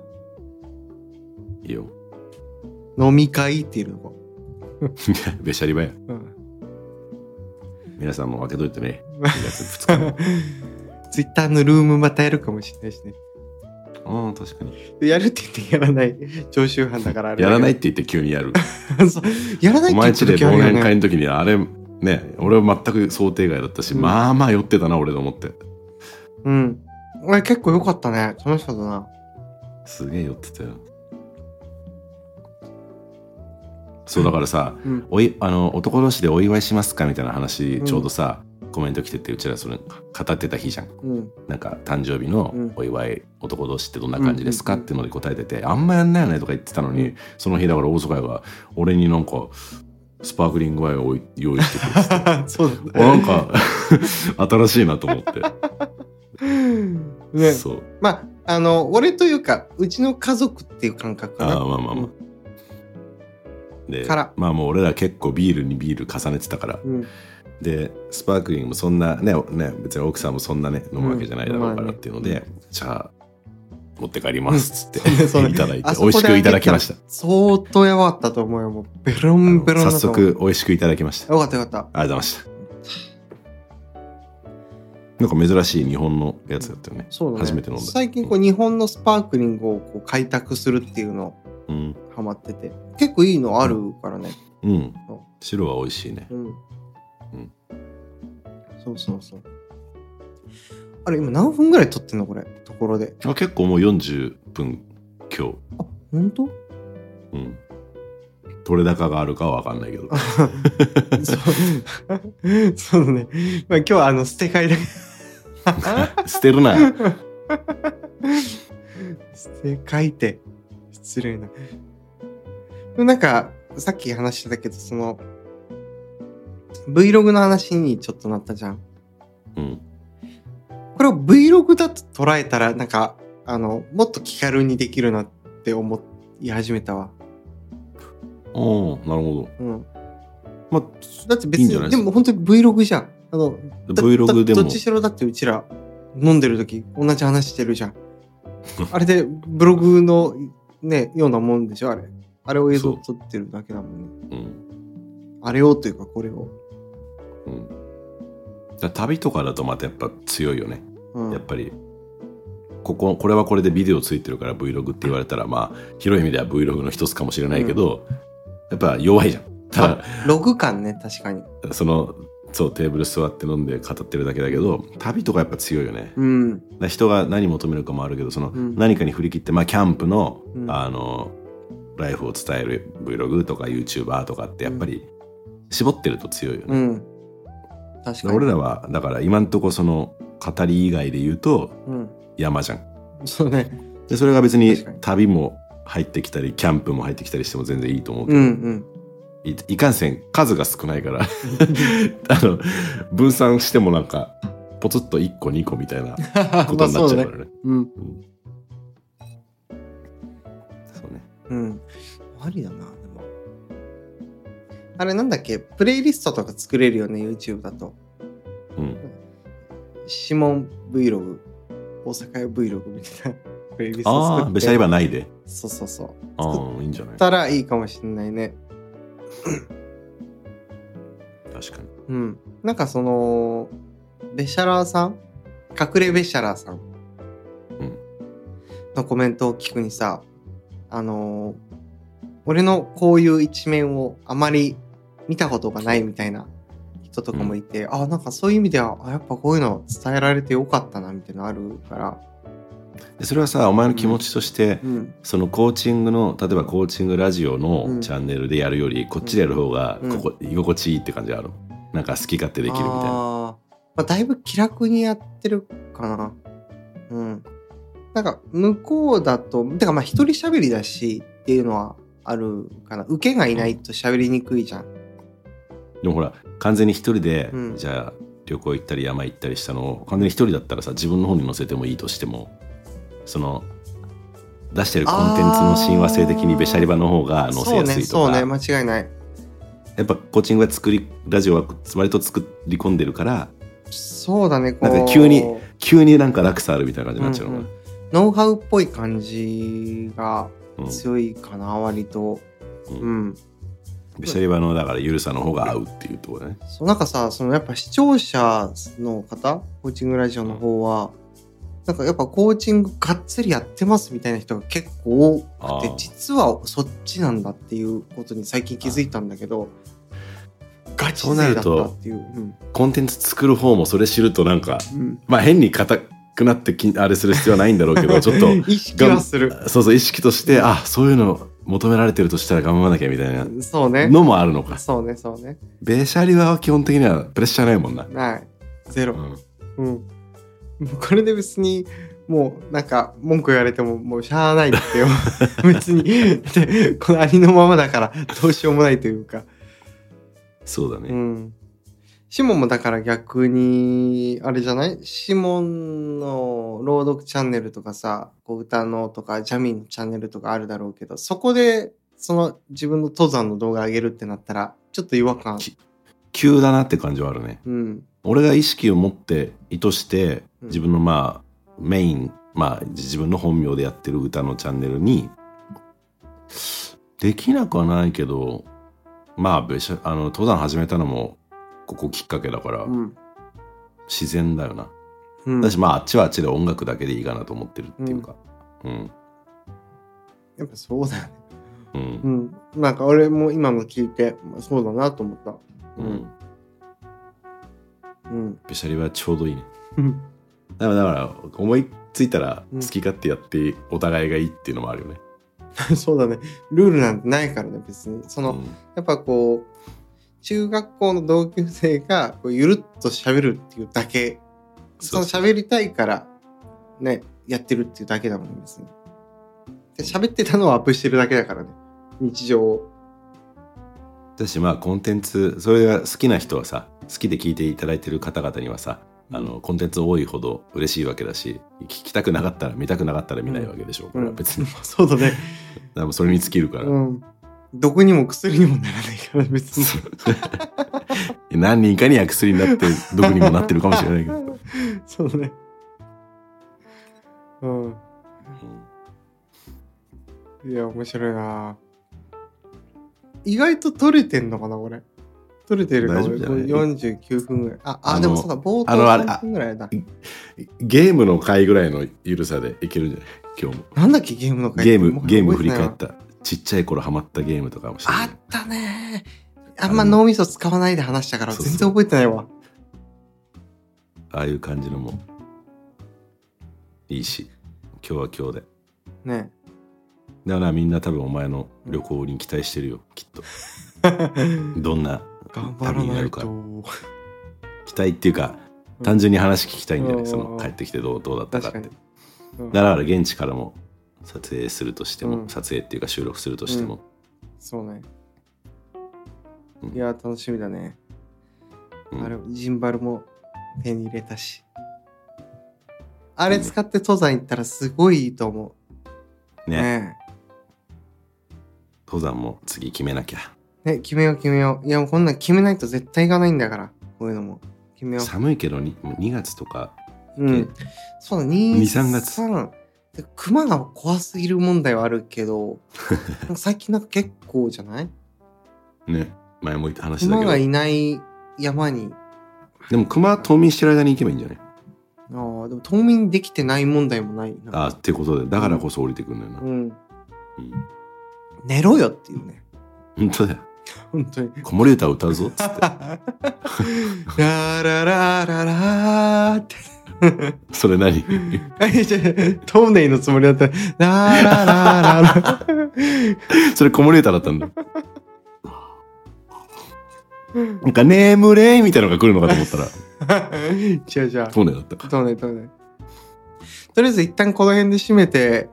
Speaker 3: いいよ
Speaker 2: う。飲み会っていうのこ
Speaker 3: べしゃりばや
Speaker 2: う。うん。
Speaker 3: 皆さんも分けといてね2月2日も
Speaker 2: ツイッターのルームまたやるかもしれないしね。
Speaker 3: うん、確かに。
Speaker 2: やるって言ってやらない。常習犯だからあれ
Speaker 3: や
Speaker 2: だけ
Speaker 3: ら
Speaker 2: ど
Speaker 3: ないって言って急にやる。
Speaker 2: そうやらない
Speaker 3: お
Speaker 2: って言っ
Speaker 3: 前んち
Speaker 2: た
Speaker 3: で
Speaker 2: 時
Speaker 3: 忘
Speaker 2: あるよ
Speaker 3: 年
Speaker 2: ね。
Speaker 3: 会の時に、あれ、ね、俺は全く想定外だったし、
Speaker 2: うん
Speaker 3: まあまあ酔ってたな、俺と思って。
Speaker 2: うん。俺結構良かったね。楽しかったな。
Speaker 3: すげえ酔ってたよ。そうだからさ、
Speaker 2: うん。
Speaker 3: おいあの男同士でお祝いしますかみたいな話、ちょうどさコメント来ててうちらそれ語ってた日じゃん
Speaker 2: うん。
Speaker 3: なんか誕生日の
Speaker 2: うん
Speaker 3: お祝い、男同士ってどんな感じですか、
Speaker 2: うんうんうん
Speaker 3: っていうので答えててあんまやんないよねとか言ってたのに、その日だから大阪屋が俺になんかスパークリングワインを用意してくれて
Speaker 2: そうだ
Speaker 3: おなんか 新しいなと思って、
Speaker 2: ね。
Speaker 3: そう
Speaker 2: まあ、あの、俺というか、うちの家族っていう感覚か
Speaker 3: あ
Speaker 2: な。
Speaker 3: あまあまあまあ、で
Speaker 2: から
Speaker 3: まあもう俺ら結構ビールにビール重ねてたから
Speaker 2: うん。
Speaker 3: でスパークリングもそんなねね別に奥さんもそんなね飲むわけじゃないだろうからっていうので、じゃあ持って帰りますっつって、
Speaker 2: うん そうねそうね
Speaker 3: いただいて
Speaker 2: あそ
Speaker 3: 美
Speaker 2: こ
Speaker 3: 味
Speaker 2: で
Speaker 3: しくいただきました
Speaker 2: 相当やばかったと思うよ。もう、ベロンベロンだ
Speaker 3: 早
Speaker 2: と思う。
Speaker 3: 速美味しくいただきました
Speaker 2: よかったよかった。
Speaker 3: ありがとうございましたなんか珍しい日本のやつだったよね、
Speaker 2: そうだね。
Speaker 3: 初めて飲んだ
Speaker 2: 最近こう、日本のスパークリングをこう開拓するっていうの
Speaker 3: うん
Speaker 2: ハマってて。結構いいのあるからね。
Speaker 3: うん、白は美味しいね
Speaker 2: うん。
Speaker 3: うん
Speaker 2: そうそうそう。あれ、今何分ぐらい撮ってんのこれ。ところで。
Speaker 3: あ結構もう40分今日
Speaker 2: あ、本 当？
Speaker 3: うん取れ高があるかは分かんないけど
Speaker 2: そう。 そうだね。まあ今日はあの、捨て替えだ け。
Speaker 3: 捨てるな
Speaker 2: 捨て替えて。失礼な。でもなんか、さっき話してたけど、その、Vlog の話にちょっとなったじゃん。
Speaker 3: うん
Speaker 2: これを Vlog だと捉えたら、なんか、あの、もっと気軽にできるなって思い始めたわ。
Speaker 3: おーなるほ
Speaker 2: うん。
Speaker 3: どまあ
Speaker 2: だって別
Speaker 3: いいん
Speaker 2: に、
Speaker 3: じゃない
Speaker 2: で
Speaker 3: ですか
Speaker 2: も本当に Vlog じゃん。あの、だ
Speaker 3: Vlog で
Speaker 2: どど
Speaker 3: も
Speaker 2: っちしろだってうちら飲んでる時同じ話してる じゃんあれでブログのねようなもんでしょあれあれを映像撮ってるだけだもんね
Speaker 3: うん
Speaker 2: あれをというかこれを、
Speaker 3: うん、だから旅とかだとまたやっぱ強いよね、
Speaker 2: うん、
Speaker 3: やっぱりこここれはこれでビデオついてるから Vlog って言われたらまあ広い意味では Vlog の一つかもしれないけど、やっぱ弱いじゃんただ
Speaker 2: ログ感ね確かに
Speaker 3: そのそうテーブル座って飲んで語ってるだけだけど旅とかやっぱ強いよね、
Speaker 2: うん
Speaker 3: だから人が何求めるかもあるけどその
Speaker 2: うん
Speaker 3: 何かに振り切って、まあキャンプの,、
Speaker 2: うん
Speaker 3: あのライフを伝える Vlog とか YouTuber とかってやっぱり絞ってると強いよね、
Speaker 2: うん確かに
Speaker 3: 俺らはだから今んとこその語り以外で言うと
Speaker 2: うん
Speaker 3: 山じゃん
Speaker 2: そうね
Speaker 3: でそれが別に
Speaker 2: 確かに
Speaker 3: 旅も入ってきたりキャンプも入ってきたりしても全然いいと思う
Speaker 2: う
Speaker 3: けど、
Speaker 2: んうん
Speaker 3: いいかんせん数が少ないから あの分散してもなんかポツッと1個2個みたいな ことになっ ちゃうからね。
Speaker 2: うん
Speaker 3: そうね
Speaker 2: うんありだなでもあれなんだっけプレイリストとか作れるよね YouTube だと
Speaker 3: うん、
Speaker 2: 指紋 Vlog 大阪屋 Vlog みたいなプレイリスト作
Speaker 3: あ
Speaker 2: っ
Speaker 3: あ
Speaker 2: て
Speaker 3: べしゃりばないで
Speaker 2: そうそうそう
Speaker 3: ああいいんじゃない
Speaker 2: たらいいかもしれないね
Speaker 3: 確かに
Speaker 2: うんなんかそのベシャラーさん隠れベシャラーさん
Speaker 3: うん
Speaker 2: のコメントを聞くにさあのー俺のこういう一面をあまり見たことがないみたいな人とかもいて、あなんかそういう意味ではあやっぱこういうの伝えられてよかったなみたいなのあるから
Speaker 3: でそれはさお前の気持ちとして、
Speaker 2: うん
Speaker 3: そのコーチングの例えばコーチングラジオ
Speaker 2: うん
Speaker 3: のチャンネルでやるより、こっちでやる方が
Speaker 2: うん
Speaker 3: ここ、居心地いいって感じがあるなんか好き勝手できるみたいな
Speaker 2: あーまあ、だいぶ気楽にやってるかな。うん。なんか、向こうだと、てかまあ、一人喋りだしっていうのはあるかな。受けがいないと喋りにくいじゃん。
Speaker 3: でもほら完全に一人で、
Speaker 2: うん
Speaker 3: じゃあ旅行行ったり山行ったりしたのを完全に一人だったらさ自分の方に載せてもいいとしてもその出してるコンテンツの親和性的にべしゃり場の方が載せ
Speaker 2: そう
Speaker 3: や
Speaker 2: ね、
Speaker 3: すい
Speaker 2: そ
Speaker 3: と
Speaker 2: う
Speaker 3: か、
Speaker 2: ね、間違いない。
Speaker 3: やっぱコーチングは作りラジオは割と作り込んでるから
Speaker 2: そうだね、こう。
Speaker 3: なんか急に急になんか落差あるみたいな感じになっちゃうの
Speaker 2: うんう
Speaker 3: ね
Speaker 2: んノウハウっぽい感じが
Speaker 3: うん
Speaker 2: 強いかな、割と。
Speaker 3: う
Speaker 2: うんん。
Speaker 3: べしゃり場のだからゆるさの方が合うっていうところね
Speaker 2: そうなんかさそのやっぱ視聴者の方コーチングラジオの方は、なんかやっぱコーチングがっつりやってますみたいな人が結構多く
Speaker 3: あ
Speaker 2: て
Speaker 3: ー
Speaker 2: 実はそっちなんだっていうことに最近気づいたんだけどガチ勢だったっていううん
Speaker 3: コンテンツ作る方もそれ知るとなんか
Speaker 2: うん
Speaker 3: まあ変に硬くなってきあれする必要はないんだろうけ どちょっと
Speaker 2: 意識はする
Speaker 3: そうそう意識としてあそういうの求められてるとしたら頑張らなきゃみたいな
Speaker 2: そうね
Speaker 3: のもあるのか
Speaker 2: そうねそうね
Speaker 3: べしゃり場は基本的にはプレッシャーないもんな、
Speaker 2: はいゼ
Speaker 3: う
Speaker 2: ロ
Speaker 3: ん、
Speaker 2: うん、もうこれで別にもうなんか文句言われてももうしゃあないってよ 別にだってこのありのままだからどうしようもないというか
Speaker 3: そうだね、
Speaker 2: うん。シモンもだから逆に、あれじゃないシモンの朗読チャンネルとかさ、こう歌のとか、ジャミーンのチャンネルとかあるだろうけど、そこで、その自分の登山の動画上げるってなったら、ちょっと違和感。
Speaker 3: き急だなって感じはあるね
Speaker 2: うん。
Speaker 3: 俺が意識を持って意図して
Speaker 2: うん
Speaker 3: 自分のまあメインまあ自分の本名でやってる歌のチャンネルにできなくはないけどまあべしゃあの登山始めたのもここきっかけだから
Speaker 2: うん。
Speaker 3: 自然だよな、
Speaker 2: うん、
Speaker 3: だしまああっちはあっちで音楽だけでいいかなと思ってるっていうかうん
Speaker 2: やっぱそうだよね。
Speaker 3: うん
Speaker 2: うん。なんか俺も今の聞いて、まあそうだなと思った。
Speaker 3: う
Speaker 2: うんんうん。
Speaker 3: べしゃりはちょうどいいね
Speaker 2: うん
Speaker 3: だからだから思いついたら好き勝手やってお互いがいいっていうのもあるよね、
Speaker 2: そうだね。ルールなんてないからね、別に。そうの、
Speaker 3: ん
Speaker 2: やっぱこう中学校の同級生がこうゆるっと喋るっていうだけそ
Speaker 3: そう
Speaker 2: の喋りたいからねやってるっていうだけだもんね別にで喋ってたのをアップしてるだけだからね日常を
Speaker 3: だしまあコンテンツそれが好きな人はさ好きで聞いていただいてる方々にはさあのコンテンツ多いほど嬉しいわけだし聞きたくなかったら見たくなかったら見ないわけでしょうから、
Speaker 2: うん
Speaker 3: 別に
Speaker 2: そうだね
Speaker 3: でもそれに尽きるから、
Speaker 2: うん毒にも薬にもならないから別に
Speaker 3: 何人かには薬になって毒にもなってるかもしれないけど、うん
Speaker 2: そうだねうんいや面白いな意外と取れてんのかなこれ取れてるかも
Speaker 3: 大丈夫じゃない
Speaker 2: 49分ぐらいああ
Speaker 3: あの
Speaker 2: でもそうだ冒頭
Speaker 3: あのあれ
Speaker 2: 3分ぐらいだ
Speaker 3: ゲームの回ぐらいの緩さでいけるんじゃない今日も
Speaker 2: なんだっけゲームの回
Speaker 3: ゲームゲーム振り返っ
Speaker 2: った
Speaker 3: たちっちゃい頃ハマったゲームとかもして
Speaker 2: あったねあんま脳みそ使わないで話したから
Speaker 3: そう
Speaker 2: 全
Speaker 3: そう
Speaker 2: 然覚えてないわ
Speaker 3: ああいう感じのもいいし今日は今日で
Speaker 2: ね
Speaker 3: だからみんな多分お前の旅行に期待してるよきっと
Speaker 2: 頑
Speaker 3: どんな
Speaker 2: 張ら
Speaker 3: 旅にな
Speaker 2: ない
Speaker 3: るか
Speaker 2: と
Speaker 3: 期待っていうか
Speaker 2: うん
Speaker 3: 単純に話聞きたいんじゃない、
Speaker 2: うん
Speaker 3: その帰ってきてどうどうだった
Speaker 2: 確
Speaker 3: か
Speaker 2: か
Speaker 3: って
Speaker 2: にうん
Speaker 3: だから現地からも撮影するとしても、
Speaker 2: うん
Speaker 3: 撮影っていうか収録するとしても、
Speaker 2: そうね
Speaker 3: うん
Speaker 2: いや楽しみだね
Speaker 3: うん
Speaker 2: あれジンバルも手に入れたしあれ使って登山行ったらすごいいいと思う
Speaker 3: ね
Speaker 2: ね
Speaker 3: 登山も次決めなきゃ
Speaker 2: ね決めよう決めよういやもうこんなん決めないと絶対行かないんだからこういうのも決めよう
Speaker 3: 寒いけどにもう2月とか
Speaker 2: うん。そうだ、2、
Speaker 3: 3月
Speaker 2: 3で熊が怖すぎる問題はあるけ ど、なんか最近なんか結構じゃない
Speaker 3: ね前も言った話だ
Speaker 2: 熊
Speaker 3: け
Speaker 2: が
Speaker 3: ど
Speaker 2: いない山に、
Speaker 3: でも熊冬眠してる間に行けばいいんじゃない
Speaker 2: ああ、でも冬眠できてない問題もないな。
Speaker 3: あーってことでだからこそ降りてくんだよな、
Speaker 2: うん。
Speaker 3: うん
Speaker 2: 寝ろよっていうね。
Speaker 3: 本当だよ
Speaker 2: 本当に。
Speaker 3: 子守歌歌うぞっつって
Speaker 2: ラララララーって。
Speaker 3: それ何
Speaker 2: あいや違うトーネイのつもりだった。ラララララ。
Speaker 3: それ子守歌だった んだなんか「眠れ」みたいなのが来るのかと思ったら
Speaker 2: 違う違う。
Speaker 3: そうだよだったか
Speaker 2: そうね、そうね。とりあえず一旦この辺で締めて、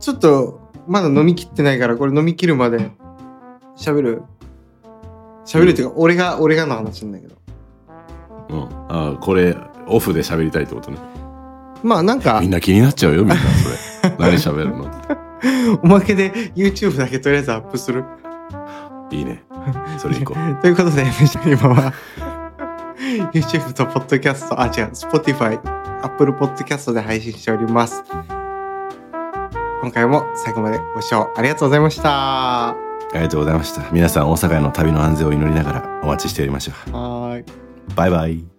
Speaker 2: ちょっとまだ飲み切ってないから、これ飲み切るまで喋る喋るっていうか、俺が、俺がの話なんだけど。
Speaker 3: うん、あこれオフで喋りたいってことね
Speaker 2: まあなんか
Speaker 3: みん、な気になっちゃうよみんなそ れ何喋るのっ
Speaker 2: おまけで YouTube だけとりあえずアップする。
Speaker 3: ていいねそれ以降
Speaker 2: ということで、メジャー今は YouTube と Podcast、あ、違う、Spotify、Apple Podcast で配信しております。今回も最後までご視聴ありがとうございました。
Speaker 3: ありがとうございました皆さん大阪への旅の安全を祈りながらお待ちしておりましょ
Speaker 2: はーい。
Speaker 3: うバイバイ